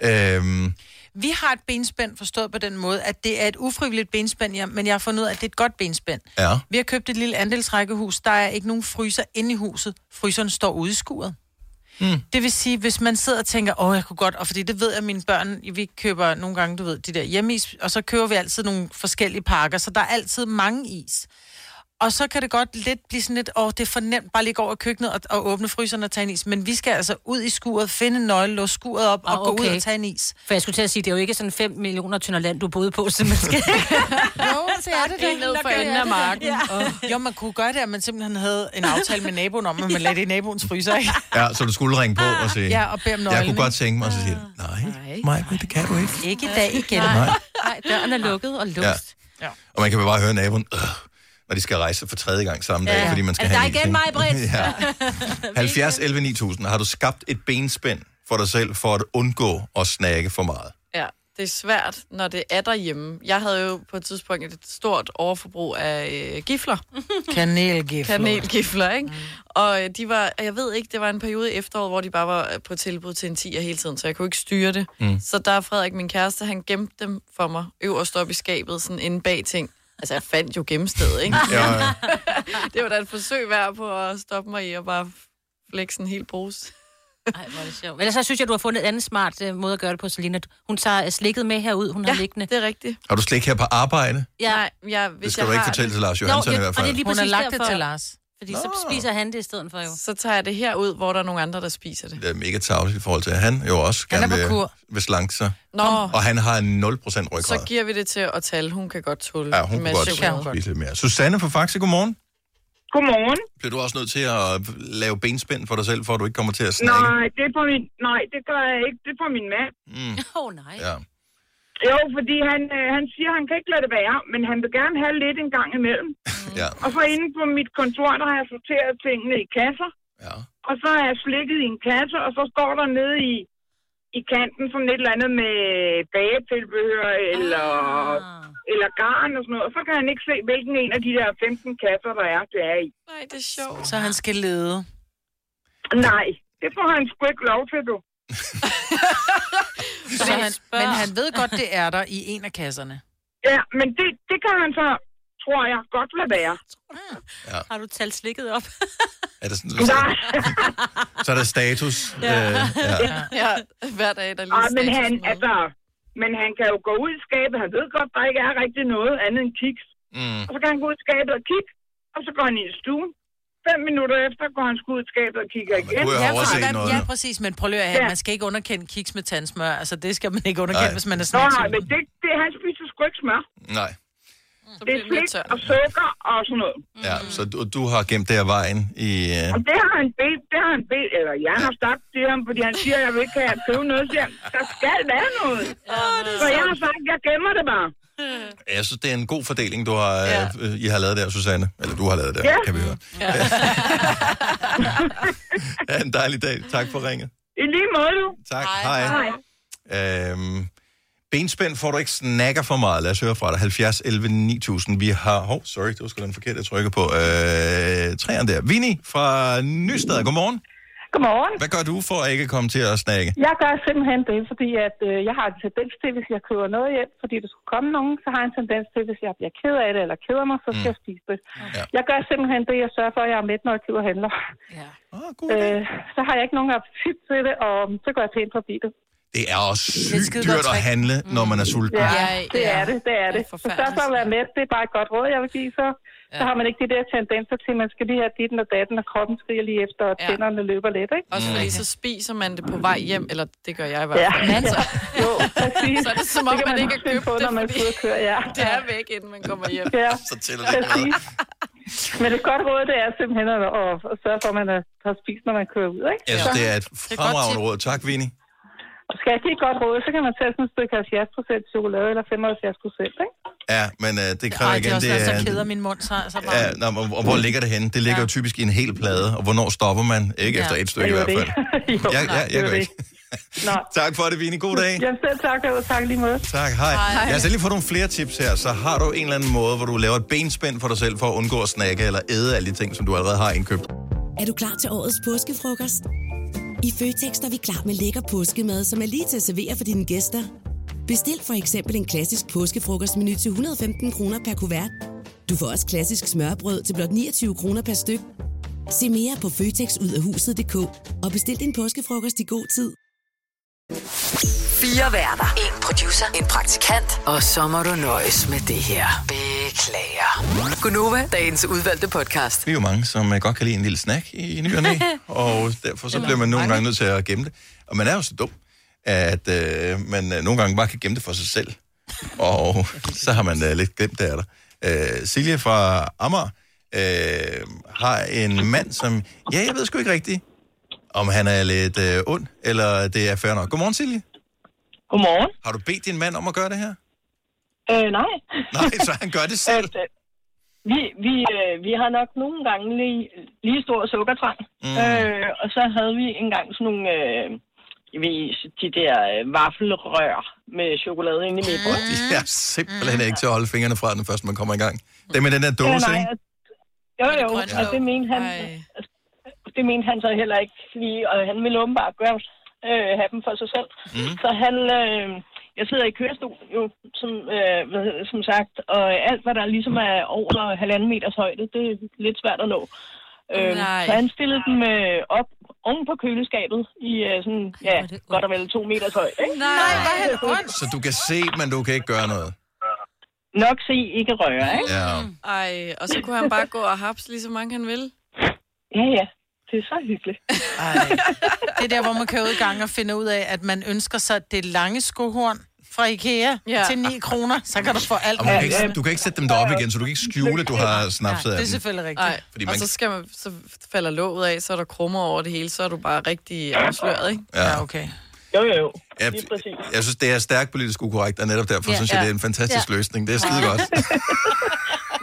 Speaker 1: Øhm,
Speaker 2: Vi har et benspænd forstået på den måde, at det er et ufrivilligt benspænd, ja, men jeg har fundet ud af, at det er et godt benspænd.
Speaker 1: ja.
Speaker 2: Vi har købt et lille andelsrækkehus. Der er ikke nogen fryser inde i huset. Fryseren står ude i skuret.
Speaker 1: Mm.
Speaker 2: Det vil sige, hvis man sidder og tænker, åh, jeg kunne godt, og fordi det ved jeg, at mine børn, vi køber nogle gange, du ved, de der hjemmeis, og så køber vi altid nogle forskellige pakker, så der er altid mange is. Og så kan det godt lidt blive sådan lidt, åh, det er for nemt bare lige gå over i køkkenet og, og åbne fryseren og tage en is. Men vi skal altså ud i skuret, finde en nøgle, låse skuret op og
Speaker 3: Ah,
Speaker 2: gå ud
Speaker 3: okay.
Speaker 2: og tage en is.
Speaker 3: For jeg skulle til at sige, det er jo ikke sådan 5 millioner tønder land, du boede på, som man skal...
Speaker 2: Jo, så er det
Speaker 4: En ned for enden af marken.
Speaker 2: Ja. Jo, man kunne gøre det, at man simpelthen havde en aftale med naboen om, at man lagde det i naboens fryser. Ikke?
Speaker 1: ja, så du skulle ringe på og sige,
Speaker 2: Ja, og bed om
Speaker 1: jeg
Speaker 2: nøglen,
Speaker 1: kunne godt tænke mig, og så sige, nej, nej, det kan du ikke.
Speaker 2: Ikke i dag igen.
Speaker 1: Nej.
Speaker 3: Nej, døren er lukket og låst.
Speaker 1: Ja.
Speaker 2: Ja.
Speaker 1: Og man kan vel bare høre naboen, øh, når de skal rejse for tredje gang samme dag, ja. fordi man skal
Speaker 3: Altså, er det
Speaker 1: have
Speaker 3: dig igen,
Speaker 1: en
Speaker 3: mig,
Speaker 1: is,
Speaker 3: Britt?
Speaker 1: ikke? ja. 70 11 9000. Har du skabt et benspænd for dig selv, for at undgå at snakke for meget?
Speaker 4: Ja, det er svært, når det er derhjemme. Jeg havde jo på et tidspunkt et stort overforbrug af øh, gifler.
Speaker 2: Kanelgifler.
Speaker 4: Kanelgifler, ikke? Mm. Og øh, de var, jeg ved ikke, det var en periode i efteråret, hvor de bare var øh, på tilbud til en 10'er hele tiden, så jeg kunne ikke styre det.
Speaker 17: Mm.
Speaker 4: Mm. Så der er Frederik, min kæreste, han gemte dem for mig, øverst op i skabet, sådan inde bag ting. Altså, jeg fandt jo gemmestedet, ikke?
Speaker 1: Ja, ja.
Speaker 4: det var da et forsøg værd på at stoppe mig i og bare flække sådan en hel pose.
Speaker 3: Ej, hvor er det sjovt. Men ellers så synes jeg, du har fundet en anden smart øh, måde at gøre det på, Selina. Hun tager øh, slikket med herud, hun ja, har liggende.
Speaker 4: det er rigtigt.
Speaker 1: Har du slik her på arbejde?
Speaker 3: Ja.
Speaker 4: Nej, jeg, hvis
Speaker 1: Det skal
Speaker 4: jeg
Speaker 1: du ikke
Speaker 4: har
Speaker 1: fortælle til Lars Johansson i hvert fald.
Speaker 4: Og det er lige
Speaker 2: Hun har
Speaker 4: præcis
Speaker 2: lagt det
Speaker 4: derfor,
Speaker 2: til Lars.
Speaker 3: Fordi så spiser han det i stedet for jo.
Speaker 4: Så tager jeg det her ud, hvor der er nogle andre, der spiser det.
Speaker 1: Det er mega tavligt i forhold til, at han jo også
Speaker 4: Han er
Speaker 1: gerne
Speaker 4: på
Speaker 1: vil,
Speaker 4: kur.
Speaker 1: vil slanke sig.
Speaker 4: Nå.
Speaker 1: Og han har 0%
Speaker 4: Så
Speaker 1: ryggrad.
Speaker 4: giver vi det til at tale. Hun kan godt tåle
Speaker 1: Ja, hun kunne godt spise lidt mere. Susanne fra Faxe, godmorgen.
Speaker 16: Godmorgen.
Speaker 1: Bliver du også nødt til at lave benspænd for dig selv, for at du ikke kommer til at snakke?
Speaker 16: Nej, det er på min, nej, det gør jeg ikke. Det er på min mand.
Speaker 1: Mm.
Speaker 3: Åh, oh, nej.
Speaker 1: Ja.
Speaker 16: Jo, fordi han, øh, han siger, han kan ikke lade det være, men han vil gerne have lidt en gang imellem.
Speaker 1: Ja.
Speaker 16: Og så inde på mit kontor, der har jeg sorteret tingene i kasser.
Speaker 1: Ja.
Speaker 16: Og så er jeg slikket i en kasse, og så står der nede i, i kanten sådan et eller andet med bagetilbehør eller,
Speaker 4: Ah.
Speaker 16: eller garn og sådan noget. Og så kan han ikke se, hvilken en af de der 15 kasser, der er, det er i.
Speaker 4: Nej, det er sjovt.
Speaker 2: Så han skal lede.
Speaker 16: Nej, det får han sgu ikke lov til, du.
Speaker 2: Så han, men han ved godt, det er der i en af kasserne.
Speaker 16: Ja, men det, det kan han så, tror jeg, godt lade være.
Speaker 2: Ah.
Speaker 3: Har du talt slikket op?
Speaker 1: Er det sådan, så, så er der status. Øh, ja.
Speaker 4: ja, hver dag, der lige
Speaker 16: Ah, men
Speaker 4: status
Speaker 16: han,
Speaker 4: med.
Speaker 16: altså, men han kan jo gå ud i skabet. Han ved godt, der ikke er rigtig noget andet end kiks.
Speaker 1: Mm.
Speaker 16: Og så kan han gå ud i skabet og kigge, og så går han ind i stuen. Fem minutter efter går han sgu ud i skabet og kigger igen.
Speaker 2: Ja, for hvad- Ja, præcis, men prøv lige at høre, man skal ikke underkende kiks med tandsmør. Altså, det skal man ikke underkende,
Speaker 1: Nej.
Speaker 2: hvis man
Speaker 16: Nå,
Speaker 2: er sådan
Speaker 16: nej, men det, det, han spiser sgu ikke smør.
Speaker 1: Nej.
Speaker 16: Det er slik og sukker og sådan noget.
Speaker 1: Ja, så du, du har gemt det af vejen i... Øh,
Speaker 16: Og det har han bedt, det har han bedt, eller jeg har sagt til ham, fordi han siger, at jeg vil ikke have at købe noget, så siger han, der skal være noget. Så jeg har sagt, jeg gemmer det bare.
Speaker 1: jeg synes, det er en god fordeling, du har, øh, I har lavet der, Susanne. Eller du har lavet der,
Speaker 16: Ja.
Speaker 1: kan vi høre. Ja. en dejlig dag. Tak for ringet.
Speaker 16: I lige måde, du.
Speaker 1: Tak. Hej. Øhm, benspænd får du ikke snakker for meget. Lad os høre fra dig. 70 11 9000. Vi har... Hov, sorry, det var sgu da den forkerte jeg trykkede på. Øh, træerne der. Vinnie fra Nystad. Godmorgen.
Speaker 17: Godmorgen.
Speaker 1: Hvad gør du for at ikke komme til at snakke?
Speaker 17: Jeg gør simpelthen det, fordi at, øh, jeg har en tendens til, hvis jeg køber noget hjem, fordi der skulle komme nogen, så har jeg en tendens til, hvis jeg bliver ked af det eller keder mig, så skal
Speaker 1: Mm.
Speaker 17: jeg spise det. Jeg gør simpelthen det, jeg sørger for, at jeg er med, når jeg køber handler.
Speaker 2: Ja.
Speaker 1: Oh,
Speaker 17: øh, så har jeg ikke nogen appetit til det, og så går jeg pænt forbi det.
Speaker 1: Det er også sygt
Speaker 17: skide godt
Speaker 1: dyrt at
Speaker 17: trick.
Speaker 1: handle, når man er sulten.
Speaker 17: Ja, det er det, det er det. Så sørg for at være med, det er bare et godt råd, jeg vil give, så, ja. så har man ikke de der tendenser til, at man skal lige have ditten og datten, og kroppen skriger lige efter, og tænderne løber lidt, ikke?
Speaker 4: Også
Speaker 2: Mm.
Speaker 4: fordi så spiser man det på vej hjem, eller det gør jeg i hvert
Speaker 17: Ja.
Speaker 4: fald.
Speaker 17: Ja. Jo, præcis.
Speaker 4: Så er det som om,
Speaker 17: Det kan
Speaker 4: man,
Speaker 17: man
Speaker 4: ikke
Speaker 17: også
Speaker 4: har
Speaker 17: finde
Speaker 4: købt
Speaker 17: på,
Speaker 4: det,
Speaker 17: når man er
Speaker 4: fordi
Speaker 17: ude at køre, ja.
Speaker 4: det er væk, inden man kommer hjem.
Speaker 17: Ja.
Speaker 1: Så tæller
Speaker 17: det ikke noget. Men et godt råd, det er simpelthen at, at, at sørge for, at man er- har spist, når man kører ud, ikke?
Speaker 1: Jeg synes, Altså, det er et fremragende råd. Tak, Vinnie.
Speaker 17: Og Skal jeg give et godt råd, så kan man tage sådan et stykke 70% chokolade eller 75%, ikke?
Speaker 1: Ja, men øh, det kræver
Speaker 2: Ej, det
Speaker 1: igen,
Speaker 2: er også,
Speaker 1: det
Speaker 2: når jeg
Speaker 1: er...
Speaker 2: så keder min mund, så, så meget.
Speaker 1: Ja, nå, og, og hvor ligger det henne? Det ligger jo typisk i en hel plade, og hvornår stopper man? Ikke
Speaker 2: Ja.
Speaker 1: efter et stykke i
Speaker 2: Det er
Speaker 1: hvert
Speaker 2: jo
Speaker 1: fald.
Speaker 17: jo,
Speaker 1: Jeg,
Speaker 17: nej,
Speaker 1: jeg,
Speaker 17: det er
Speaker 1: jeg gør
Speaker 17: det.
Speaker 1: ikke. tak for det, Vini. God dag.
Speaker 17: Jamen selv tak, og tak lige måde.
Speaker 1: Tak, hej. hej. Lad os lige få nogle flere tips her. Så har du en eller anden måde, hvor du laver et benspænd for dig selv, for at undgå at snakke eller æde alle de ting, som du allerede har indkøbt.
Speaker 11: Er du klar til årets påskefrokost? I Føtex er vi klar med lækker påskemad, som er lige til at servere for dine gæster. Bestil for eksempel en klassisk påskefrokostmenu til 115 kroner per kuvert. Du får også klassisk smørbrød til blot 29 kroner per styk. Se mere på føtexudafhuset.dk og bestil din påskefrokost i god tid.
Speaker 6: Fire værter. En producer. En praktikant. Og så må du nøjes med det her. Beklager. Gunova, dagens udvalgte podcast.
Speaker 1: Vi er jo mange, som øh, godt kan lide en lille snack i ny og næ, og derfor så
Speaker 6: Eller
Speaker 1: bliver man nogle gange nødt til at gemme det. Og man er jo så dum, at øh, man øh, nogle gange bare kan gemme det for sig selv. Og så har man øh, lidt glemt det af dig. Øh, Silje fra Amager øh, har en mand, som... Ja, jeg ved sgu ikke rigtigt, om han er lidt øh, ond, eller det er fair nok. Godmorgen, Silje.
Speaker 17: Godmorgen.
Speaker 1: Har du bedt din mand om at gøre det her?
Speaker 18: Øh, nej.
Speaker 1: Nej, så han gør det selv.
Speaker 18: Øh, vi, vi, øh, vi har nok nogle gange lige, lige stor sukkertrang.
Speaker 1: Mm.
Speaker 18: Mm. Øh, og så havde vi engang sådan nogle, øh, jeg ved, de der øh, vaffelrør med chokolade inde i midten.
Speaker 1: Og de er simpelthen ikke til at holde fingrene fra, når først man kommer i gang. Det med den der dose, ikke?
Speaker 18: og- altså, Jo, jo, og det mente han, Altså, det mente han så heller ikke, fordi, og han ville åbenbart gøre, øh, have dem for sig selv.
Speaker 1: Mm.
Speaker 18: Så han, øh, jeg sidder i kørestol jo, som, øh, hvad hedder det, som sagt, og alt, hvad der ligesom er over halvanden meters højde, det er lidt svært at nå. Øh,
Speaker 4: Nej.
Speaker 18: så han stillede dem øh, op oven på køleskabet i øh, sådan, ja, godt og vel to meters høj. Ikke?
Speaker 2: Nej, hvor er det ondt.
Speaker 1: Så du kan se, men du kan ikke gøre noget.
Speaker 18: Nok se, ikke røre, ikke?
Speaker 1: Ja.
Speaker 4: Ej, og så kunne han bare gå og haps lige så mange han vil.
Speaker 18: Ja, ja. Det er så hyggeligt.
Speaker 2: Det er der, hvor man kan ud i gang og finde ud af, at man ønsker sig det lange skohorn fra Ikea ja. til 9 kroner, så kan du få alt
Speaker 1: Og man kan ikke, du kan ikke sætte dem derop igen, så du kan ikke skjule, at du har snapset af
Speaker 2: det er
Speaker 1: dem.
Speaker 2: selvfølgelig rigtigt.
Speaker 4: Ej, Fordi
Speaker 1: Fordi man-
Speaker 4: man... og så, skal man, så falder låget af, så er der krummer over det hele, så er du bare rigtig afsløret, ikke?
Speaker 1: Ja,
Speaker 2: okay.
Speaker 18: Jo, jo, jo.
Speaker 1: Jeg, jeg synes, det er stærkt politisk ukorrekt, og netop derfor
Speaker 18: Ja.
Speaker 1: ja, synes jeg,
Speaker 18: Ja.
Speaker 1: det er en fantastisk
Speaker 18: Ja.
Speaker 1: ja. løsning. Det er skide godt.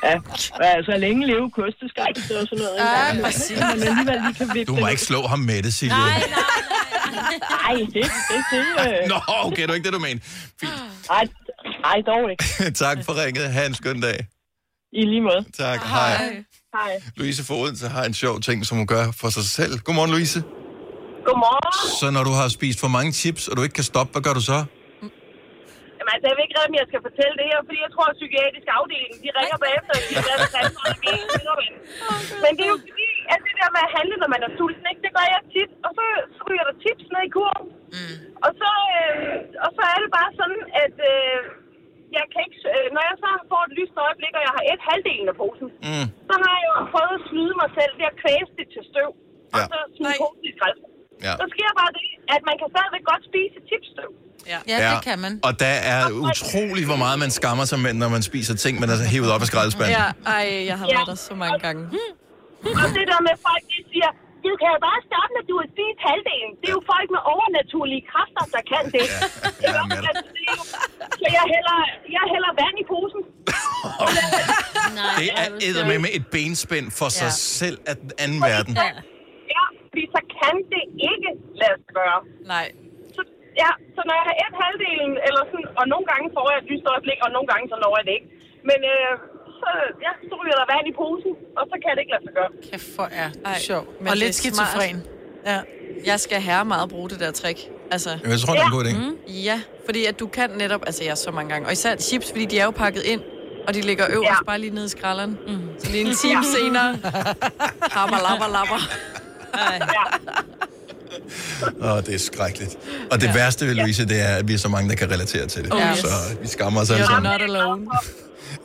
Speaker 18: Ja, men altså længe leve kosteskab og sådan noget. ikke?
Speaker 4: Ja,
Speaker 18: Men
Speaker 4: præcis.
Speaker 18: Men alligevel lige kan vippe
Speaker 1: Du må ikke slå ham med det, Silje.
Speaker 18: Nej, det, det, det, øh,
Speaker 1: Nå, okay, det var ikke det, du mente.
Speaker 18: nej, nej, dog ikke.
Speaker 1: tak for ringet. Ha' en skøn dag.
Speaker 18: I lige måde.
Speaker 1: Tak. Hej. Hej.
Speaker 18: Hej.
Speaker 1: Louise Foden så har en sjov ting, som hun gør for sig selv. Godmorgen, Louise.
Speaker 5: Godmorgen.
Speaker 1: Så når du har spist for mange chips, og du ikke kan stoppe, hvad gør du så?
Speaker 5: Jamen, altså, jeg ved ikke, rigtig, om jeg skal fortælle det her, fordi jeg tror, at psykiatrisk afdeling, de ringer bagefter, og siger, hvad fanden var det med en Men det er jo fordi, at det der med at handle, når man er sulten, ikke? det gør jeg tit, og så ryger der chips ned i kurven. Mm. Og, så, øh, og så er det bare sådan, at øh, jeg kan ikke, øh, når jeg så får et lyst øjeblik, og jeg har et halvdelen af posen,
Speaker 1: Mm.
Speaker 5: så har jeg jo prøvet at snyde mig selv ved at kvæse det til støv, ja. og
Speaker 1: Ja.
Speaker 5: så smide posen i skrald.
Speaker 1: Ja.
Speaker 5: Så sker bare det, at man kan stadigvæk godt spise et chipsstøv.
Speaker 4: Ja.
Speaker 1: Og der er utrolig, hvor meget man skammer sig, med, når man spiser ting, man har hævet op af skraldespanden.
Speaker 4: Ja, ej, jeg har været der så mange gange.
Speaker 5: Hmm. Og det der med folk, de siger, du kan jo bare stoppe, når du har spist halvdelen. Det er jo folk med overnaturlige kræfter, der kan det. Ja, Så jeg hælder, jeg hælder vand i posen.
Speaker 1: Det er eddermame med et benspænd for sig
Speaker 5: Ja.
Speaker 1: selv af den anden verden.
Speaker 5: Ja, fordi så kan det ikke lade sig gøre.
Speaker 4: Nej.
Speaker 5: Så, ja, så når jeg har et halvdelen, eller sådan, og nogle gange får jeg et lyst øjeblik, og nogle gange så når jeg det ikke. Men øh, så, ja, så ryger der vand i posen, og så kan det ikke lade sig gøre.
Speaker 2: Kæft, hvor er
Speaker 4: Ej,
Speaker 2: det sjovt.
Speaker 4: men
Speaker 2: Og
Speaker 4: det er
Speaker 2: lidt skizofren.
Speaker 4: Ja. Jeg skal herre meget bruge det der trick. Altså,
Speaker 1: Jeg tror, det er en god idé.
Speaker 4: Mm. Ja, fordi at du kan netop, altså jeg er så mange gange, og især chips, fordi de er jo pakket ind, og de ligger øverst ja. bare lige nede i skralderen. Mm. Så lige en time
Speaker 2: Ja.
Speaker 4: senere, hammer, lapper, lapper.
Speaker 1: Åh, det er skrækkeligt. Og det ja. værste ved Louise, det er, at vi er så mange, der kan relatere til det.
Speaker 5: Oh, yes.
Speaker 1: Så vi skammer os alle sammen.
Speaker 4: alone.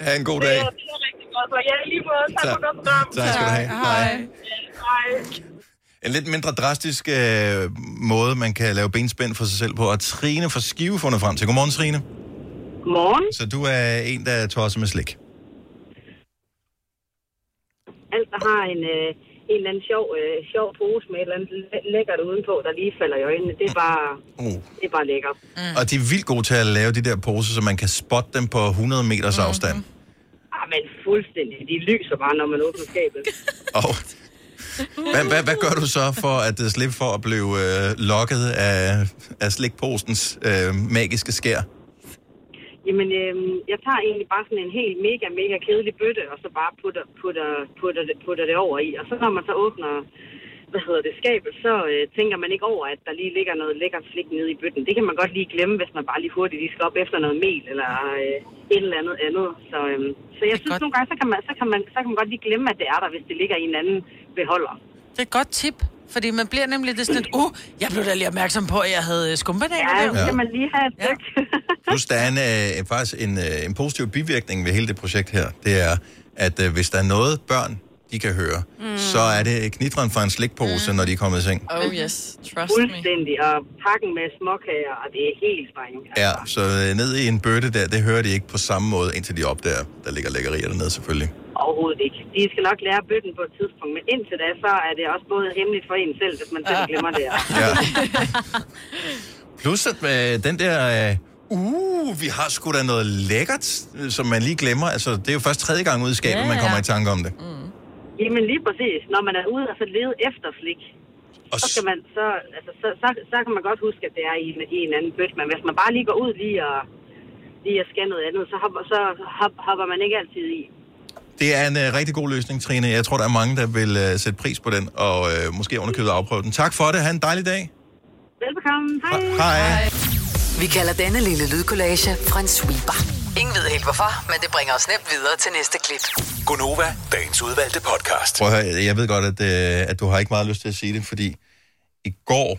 Speaker 1: Ha' en god dag.
Speaker 5: Det er- det er jeg rigtig glad for. Ja, i lige måde. Tak for
Speaker 1: Tak.
Speaker 5: godt program.
Speaker 1: Tak skal du have. Hej.
Speaker 5: Ja, Hej.
Speaker 1: En lidt mindre drastisk øh, måde, man kan lave benspænd for sig selv på, og Trine fra Skive fundet frem til. Godmorgen, Trine.
Speaker 19: Godmorgen.
Speaker 1: Så du er en, der tosser med slik.
Speaker 19: Altså har en, øh, en eller anden sjov, øh, sjov pose med et eller andet læ- lækkert udenpå, der lige falder i øjnene. Det er bare,
Speaker 1: Uh.
Speaker 19: det er bare lækkert.
Speaker 1: Mm. Og de er vildt gode til at lave de der poser, så man kan spotte dem på 100 meters afstand.
Speaker 19: Ah, men fuldstændig. De lyser bare, når man åbner skabet.
Speaker 1: Og hvad, hvad, hvad gør du så for at uh, slippe for at blive øh, lokket af, af slikposens øh, magiske skær?
Speaker 19: Jamen, øh, jeg tager egentlig bare sådan en helt mega, mega kedelig bøtte, og så bare putter, putter, putter, det, putter det over i. Og så når man så åbner hvad hedder det, skabet, så øh, tænker man ikke over, at der lige ligger noget lækkert slik nede i bøtten. Det kan man godt lige glemme, hvis man bare lige hurtigt lige skal op efter noget mel eller øh, et eller andet andet. Så, øh, så jeg synes godt. nogle gange, så kan, man, så, kan man, så kan man godt lige glemme, at det er der, hvis det ligger i en anden beholder.
Speaker 2: Det er et godt tip, fordi man bliver nemlig det sådan lidt, uh, jeg blev da lige opmærksom på, at jeg havde øh, skumpedaler.
Speaker 19: Ja,
Speaker 2: der."
Speaker 19: så kan man lige have et ja.
Speaker 1: Plus, der er en, øh, faktisk en, øh, en positiv bivirkning ved hele det projekt her. Det er, at øh, hvis der er noget børn, de kan høre, mm. så er det knitren fra en slikpose, mm. når de er kommet i seng.
Speaker 4: Oh yes, trust
Speaker 19: Fuldstændig, og pakken med småkager, og det er helt spændende.
Speaker 1: Ja, så øh, ned i en bøtte der, det hører de ikke på samme måde, indtil de opdager, der ligger lækkerier dernede selvfølgelig.
Speaker 19: Overhovedet ikke. De skal nok lære bøtten på et tidspunkt, men indtil da, så er det også både hemmeligt for en selv, hvis man selv glemmer det.
Speaker 1: Plus, at øh, den der... Øh, uh, vi har sgu da noget lækkert, øh, som man lige glemmer. Altså, det er jo først tredje gang ud i skabet,
Speaker 19: Ja,
Speaker 1: ja, man kommer
Speaker 19: ja.
Speaker 1: i tanke om det.
Speaker 19: Jamen lige præcis. Når man er ude og så lede efter slik, så, skal man, så, altså, så, så, så kan man godt huske, at det er i en, i en anden bøtte. Men hvis man bare lige går ud lige og, lige og skal noget andet, så, hopper, så hop, hopper man ikke altid i.
Speaker 1: Det er en øh, rigtig god løsning, Trine. Jeg tror, der er mange, der vil øh, sætte pris på den, og øh, måske underkøbet afprøve den. Tak for det. Ha' en dejlig dag.
Speaker 19: Velbekomme. Hej.
Speaker 1: Hej.
Speaker 6: Vi kalder denne lille lydkollage en sweeper. Ingen ved helt hvorfor, men det bringer os nemt videre til næste klip.
Speaker 8: Gunova, dagens udvalgte podcast.
Speaker 1: Prøv at høre, jeg ved godt, at, øh, at du har ikke meget lyst til at sige det, fordi i går,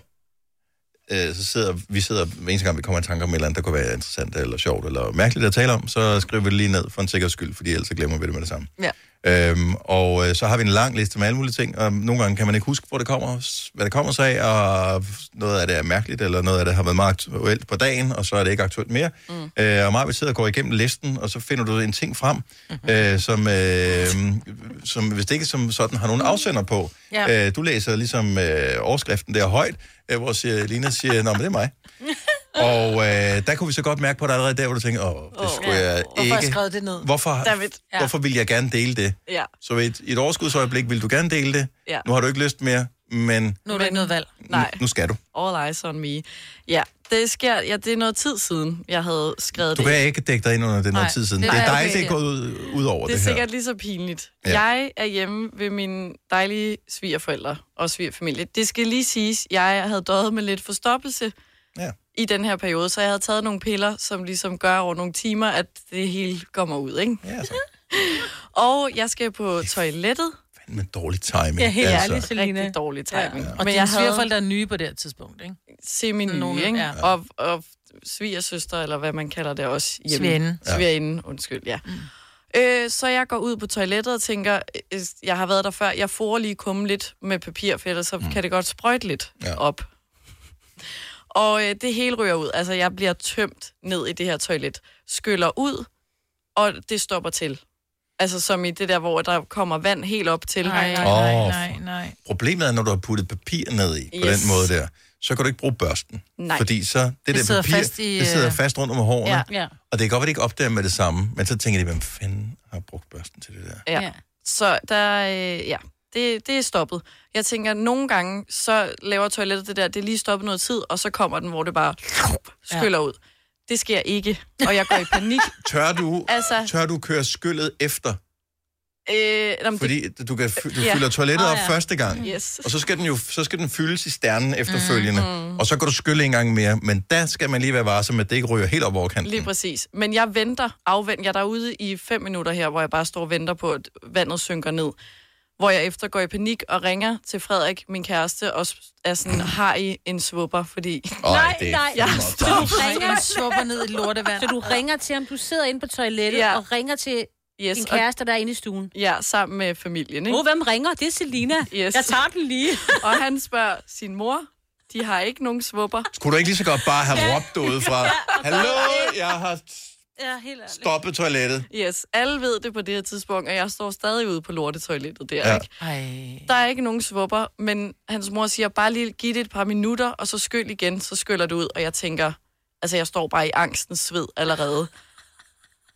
Speaker 1: øh, så sidder vi sidder, hver eneste gang vi kommer i tanker om et eller andet, der kunne være interessant eller sjovt eller mærkeligt at tale om, så skriver vi det lige ned for en sikker skyld, fordi ellers så glemmer vi det med det samme.
Speaker 20: Ja.
Speaker 1: Øhm, og øh, så har vi en lang liste med alle mulige ting, og nogle gange kan man ikke huske, hvor det kommer, hvad det kommer sig af, og noget af det er mærkeligt, eller noget af det har været meget aktuelt på dagen, og så er det ikke aktuelt mere. Mm. Øh, og mig vil sidde og gå igennem listen, og så finder du en ting frem, mm-hmm. øh, som, øh, som hvis det ikke som sådan har nogen afsender på.
Speaker 20: Ja.
Speaker 1: Øh, du læser ligesom øh, overskriften der højt, øh, hvor siger, Lina siger, nå, men det er mig. Og øh, der kunne vi så godt mærke på dig allerede der, hvor du tænker, åh, det skulle jeg ikke.
Speaker 2: Hvorfor har jeg skrevet det ned?
Speaker 1: Hvorfor,
Speaker 2: David. Ja.
Speaker 1: hvorfor vil jeg gerne dele det?
Speaker 4: Ja.
Speaker 1: Så i et, i et overskudsøjeblik vil du gerne dele det.
Speaker 4: Ja.
Speaker 1: Nu har du ikke lyst mere, men
Speaker 2: Nu er der ikke noget valg.
Speaker 4: Nej.
Speaker 1: nu skal du.
Speaker 4: All eyes on me. Ja, det sker, ja, det er noget tid siden, jeg havde skrevet
Speaker 1: Du
Speaker 4: det.
Speaker 1: kan ikke dække dig ind under det noget
Speaker 4: Nej,
Speaker 1: tid siden.
Speaker 4: det-
Speaker 1: Det, det er
Speaker 4: nej,
Speaker 1: dig,
Speaker 4: okay.
Speaker 1: det er gået ud, ud over
Speaker 4: det
Speaker 1: det,
Speaker 4: er
Speaker 1: her.
Speaker 4: sikkert lige så pinligt.
Speaker 1: Ja.
Speaker 4: Ja. Jeg er hjemme ved mine dejlige svigerforældre og svigerfamilie. Det skal lige siges, jeg havde døjet med lidt forstoppelse
Speaker 1: ja.
Speaker 4: i den her periode, så jeg havde taget nogle piller, som ligesom gør over nogle timer, at det hele kommer ud, ikke?
Speaker 1: Ja, altså. så.
Speaker 4: og jeg skal på toilettet.
Speaker 1: Men dårlig timing. Altså,
Speaker 4: Rigtig dårlig timing.
Speaker 2: Og dine svigerforældre er nye på det her tidspunkt, ikke?
Speaker 4: semi-nye,
Speaker 2: Nogle-
Speaker 4: ikke?
Speaker 2: ja.
Speaker 4: Ja. Og, og svigersøster, eller hvad man kalder det også hjemme.
Speaker 2: Svigerinde. Ja.
Speaker 4: Svigerinde, undskyld, ja. Øh, så jeg går ud på toilettet og tænker, øh, jeg har været der før, jeg får lige kumme lidt med papir, for ellers så
Speaker 1: Mm.
Speaker 4: kan det godt sprøjte lidt ja. op. Og øh, det hele ryger ud. Altså, jeg bliver tømt ned i det her toilet. Skyller ud, og det stopper til. Altså, som i det der, hvor der kommer vand helt op til.
Speaker 2: Nej, nej,
Speaker 1: Åh,
Speaker 2: nej, nej, nej.
Speaker 1: Problemet er, når du har puttet papir ned i, på
Speaker 4: Yes.
Speaker 1: den måde der, så kan du ikke bruge børsten.
Speaker 4: Nej.
Speaker 1: Fordi så det,
Speaker 2: Det
Speaker 1: der
Speaker 2: sidder
Speaker 1: papir,
Speaker 2: fast i,
Speaker 1: det sidder
Speaker 2: øh,
Speaker 1: fast rundt om hårene.
Speaker 4: Ja.
Speaker 2: Ja.
Speaker 1: Og det kan godt være, det ikke opdager med det samme, men så tænker de, hvem fanden har brugt børsten til det der?
Speaker 4: Ja. ja. Så der, øh, ja, det, det er stoppet. Jeg tænker, at nogle gange, så laver toilettet det der, det er lige stoppet noget tid, og så kommer den, hvor det bare skyller ud. Det sker ikke, og jeg går i panik.
Speaker 1: Tør du,
Speaker 4: Altså-
Speaker 1: tør du køre skyllet efter?
Speaker 4: Øh, nå, men
Speaker 1: Fordi du, kan, fy- du
Speaker 4: Ja.
Speaker 1: fylder toilettet
Speaker 4: Åh,
Speaker 1: op
Speaker 4: ja. Mm.
Speaker 1: første gang,
Speaker 4: Yes.
Speaker 1: og så skal den jo så skal den fyldes i sternen efterfølgende,
Speaker 4: Mm, mm.
Speaker 1: og så kan du skylle en gang mere, men der skal man lige være varsom, at det ikke ryger helt op over kanten.
Speaker 4: Lige præcis. Men jeg venter, afventer. Jeg er derude i fem minutter her, hvor jeg bare står og venter på, at vandet synker ned. Hvor jeg efter går i panik og ringer til Frederik, min kæreste, og s- er sådan, har I en svupper? Fordi...
Speaker 3: Nej, det er nej.
Speaker 4: Jeg
Speaker 3: fandme også
Speaker 4: står
Speaker 3: bare-
Speaker 4: og
Speaker 3: Så du ringer-
Speaker 4: ringer.
Speaker 2: Svupper ned i lortevand.
Speaker 3: Så du ringer til ham, du sidder inde på toilettet ja.
Speaker 4: Ja.
Speaker 3: og ringer til yes,
Speaker 4: Yes,
Speaker 3: din
Speaker 4: og-
Speaker 3: kæreste, der er inde i stuen.
Speaker 4: Ja, sammen med familien, ikke?
Speaker 3: Åh, oh, hvem ringer? Det er Selina.
Speaker 4: Yes.
Speaker 3: Jeg tager den lige.
Speaker 4: og han spørger sin mor, de har ikke nogen svupper.
Speaker 1: Kunne du ikke lige så godt bare have råbt ud fra, Hallo, jeg har
Speaker 4: Ja, helt
Speaker 1: stoppet toilettet?
Speaker 4: Yes, alle ved det på det her tidspunkt, og jeg står stadig ude på lortetoilettet der,
Speaker 1: Ja.
Speaker 4: ja. ikke?
Speaker 6: Mm.
Speaker 4: Der er ikke nogen svupper, men hans mor siger, bare lige giv det et par minutter, og så skyld igen, så skyller det ud, og jeg tænker, altså jeg står bare i angstens sved allerede.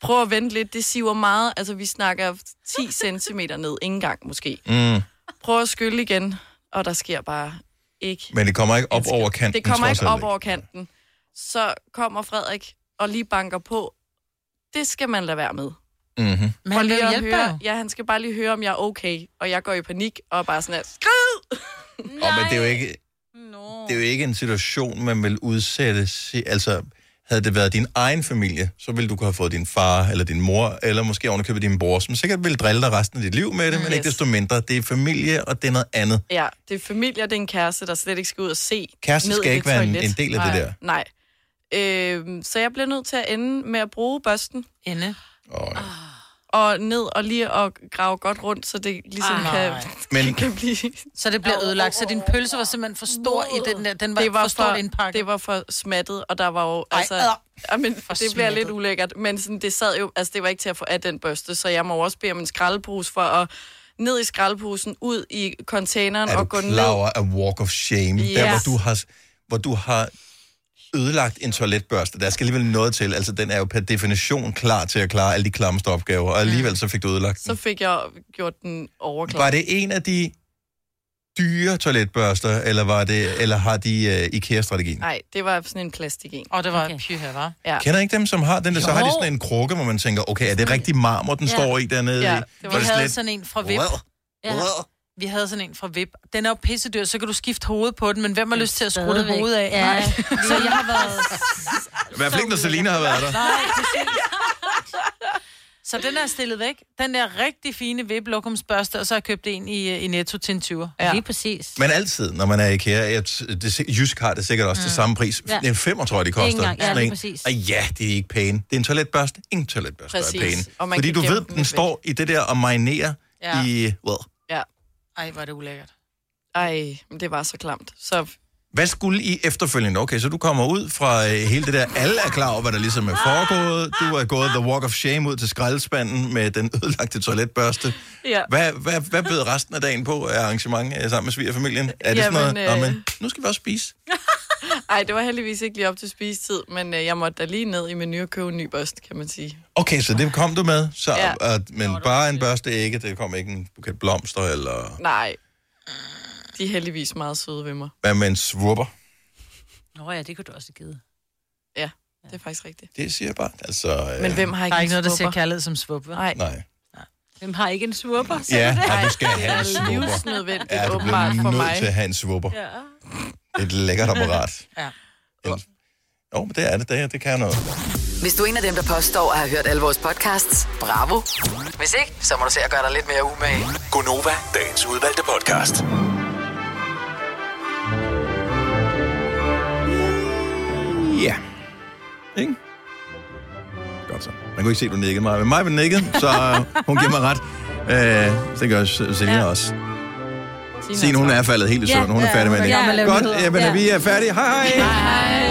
Speaker 4: Prøv at vente lidt, det siver meget, altså vi snakker 10 cm ned, ikke engang måske.
Speaker 1: Mm.
Speaker 4: Prøv at skylle igen, og der sker bare ikke
Speaker 1: Men det kommer ikke op over kanten,
Speaker 4: det kommer
Speaker 1: trods
Speaker 4: ikke op
Speaker 1: alt
Speaker 4: over kanten. Så kommer Frederik og lige banker på. Det skal man lade være med.
Speaker 1: Mhm.
Speaker 2: Men
Speaker 4: For
Speaker 2: han vil
Speaker 4: lige
Speaker 2: jo
Speaker 4: at
Speaker 2: hjælpe dig
Speaker 4: høre, Ja, han skal bare lige høre, om jeg er okay. Og jeg går i panik og er bare sådan her, skrid!
Speaker 1: Og men det er jo ikke, det er jo ikke en situation, man vil udsætte. si- Altså, havde det været din egen familie, så ville du kunne have fået din far eller din mor, eller måske ovenikøbet din bror, som sikkert ville drille dig resten af dit liv med det, men
Speaker 4: Yes.
Speaker 1: ikke desto mindre. Det er familie, og det er noget andet.
Speaker 4: Ja, det er familie, og det er en kæreste, der slet ikke skal ud og se
Speaker 1: Kæresten
Speaker 4: ned i
Speaker 1: skal
Speaker 4: det
Speaker 1: ikke være en-
Speaker 4: toilet.
Speaker 1: en del af
Speaker 4: Nej.
Speaker 1: det der.
Speaker 4: Nej. Øhm, så jeg bliver nødt til at ende med at bruge børsten. Ah.
Speaker 2: Ende.
Speaker 4: Og ned og lige at grave godt rundt, så det ligesom
Speaker 2: Ej.
Speaker 4: kan...
Speaker 1: Men
Speaker 4: kan blive...
Speaker 2: Ah, Så det bliver ødelagt, så din pølse var simpelthen for stor i den der, den var,
Speaker 4: det var
Speaker 2: for stort
Speaker 4: for,
Speaker 2: indpakket.
Speaker 4: Det var for smattet, og der var jo...
Speaker 2: Ej,
Speaker 4: altså,
Speaker 2: adr.
Speaker 4: ja, men, det bliver
Speaker 2: smattet.
Speaker 4: lidt ulækkert, men sådan, det sad jo... Altså, det var ikke til at få af den børste, så jeg må jo også bede om en skraldepose for at ned i skraldeposen, ud i containeren
Speaker 1: Er
Speaker 4: og gå
Speaker 1: du
Speaker 4: ned.
Speaker 1: klar over a walk of shame? Yes. Der,
Speaker 4: Ja.
Speaker 1: hvor du har, hvor du har ødelagt en toiletbørste. Der skal alligevel noget til. Altså, den er jo per definition klar til at klare alle de klammeste opgaver, og
Speaker 4: Mm.
Speaker 1: alligevel så fik du ødelagt
Speaker 4: Så fik jeg gjort den overklar.
Speaker 1: Var det en af de dyre toiletbørster, eller, var det, eller har de uh, IKEA-strategien?
Speaker 4: Nej, det var sådan en plastik en.
Speaker 2: Og det var okay. pyha, var.
Speaker 4: Ja.
Speaker 1: Kender I ikke dem, som har den der? Så
Speaker 2: Jo.
Speaker 1: har de sådan en krukke, hvor man tænker, okay, er det rigtig marmor, den
Speaker 2: Ja.
Speaker 1: står i dernede? i?
Speaker 2: Ja,
Speaker 1: Var
Speaker 2: det var vi havde
Speaker 1: slet-
Speaker 2: sådan en fra VIP.
Speaker 1: Wow.
Speaker 2: Ja. Vi havde sådan en fra VIP. Den er jo pissedyr, så kan du skifte hovedet på den, men hvem har lyst til at skrue det
Speaker 3: stadigvæk.
Speaker 2: hovedet af?
Speaker 3: Ja.
Speaker 2: Nej. Så jeg har været...
Speaker 1: I hvert fald ikke, når Selina har været der.
Speaker 2: Nej, præcis. Så den er stillet væk. Den der rigtig fine viplokumsbørste, og så har jeg købt en i, øh, i Netto til en 20'er. Ja. Lige
Speaker 3: præcis.
Speaker 1: Men altid, når man er i IKEA, jeg, det, si- Jysk har det sikkert også mm. til
Speaker 2: Mm.
Speaker 1: samme pris.
Speaker 2: Ja.
Speaker 1: Ja. En femmer, tror jeg, det
Speaker 2: Det er ikke
Speaker 1: koster.
Speaker 2: engang- ja,
Speaker 1: Sådan
Speaker 2: lige
Speaker 1: en.
Speaker 2: præcis.
Speaker 1: Og ja, det er ikke pæne. Det er en toiletbørste. Ingen toiletbørste
Speaker 2: Præcis.
Speaker 1: er pæne.
Speaker 2: Og man
Speaker 1: Fordi
Speaker 2: kan
Speaker 1: du
Speaker 2: gemme
Speaker 1: ved,
Speaker 2: dem
Speaker 1: den står i det der og marinerer
Speaker 4: Ja.
Speaker 1: ja. i... Well.
Speaker 4: Ja.
Speaker 2: Ej, hvor er det ulækkert.
Speaker 4: Ej, men det var så klamt. Så
Speaker 1: Hvad skulle I efterfølgende? Okay, så du kommer ud fra øh, hele det der. Alle er klar over, hvad der ligesom er foregået. Du er gået the walk of shame ud til skraldespanden med den ødelagte toiletbørste.
Speaker 4: Ja.
Speaker 1: Hvad, hvad, hvad bød resten af dagen på af arrangement øh, sammen med svigerfamilien? Er det
Speaker 4: Jamen,
Speaker 1: sådan noget?
Speaker 4: øh,
Speaker 1: Nå, men nu skal vi også spise.
Speaker 4: Ej, det var heldigvis ikke lige op til spisetid, men øh, jeg måtte da lige ned i menu og købe en ny børst, kan man sige.
Speaker 1: Okay, så det kom du med. Så,
Speaker 4: Ja.
Speaker 1: ja. at, men bare en børste ikke. Det kom ikke en buket blomster eller...
Speaker 4: Nej. De er heldigvis meget søde ved mig.
Speaker 1: Hvad med en svurper?
Speaker 3: Nå ja, det kunne du også have givet.
Speaker 4: Ja, det er faktisk rigtigt.
Speaker 1: Det siger jeg bare. Altså, øh,
Speaker 4: Men hvem har ikke
Speaker 2: Der er
Speaker 4: en
Speaker 2: ikke noget, der ser
Speaker 4: svupper?
Speaker 2: kærlighed som svup, vel?
Speaker 4: Nej.
Speaker 1: Nej.
Speaker 3: Hvem har ikke en svurper?
Speaker 1: Ja, og du skal have
Speaker 4: Det
Speaker 1: en
Speaker 4: er
Speaker 1: svupper.
Speaker 4: livsnødvendigt,
Speaker 1: Ja, du
Speaker 4: åbenbart
Speaker 1: bliver
Speaker 4: for
Speaker 1: nødt
Speaker 4: mig.
Speaker 1: til at have en svupper.
Speaker 3: Ja.
Speaker 1: Et lækkert apparat.
Speaker 2: Ja.
Speaker 1: Jo, men det er det. Det, det kan noget.
Speaker 6: Hvis du er en af dem, der påstår at have hørt alle vores podcasts, bravo. Hvis ikke, så må du se at gøre dig lidt mere umage.
Speaker 8: Gonova, dagens udvalgte podcast.
Speaker 1: Ja. Ikke? Godt så. Man kunne ikke se, at du nikkede mig, men mig vil nikkede, så øh, hun giver mig ret. Øh, det gør S- Selina ja. også. Signe, hun er faldet helt i søvn. Hun er færdig med det.
Speaker 2: Ja, hun er
Speaker 1: Godt,
Speaker 2: kommet med
Speaker 1: jamen,
Speaker 2: nyheder.
Speaker 1: vi er færdige. Hej hej.
Speaker 2: Hej.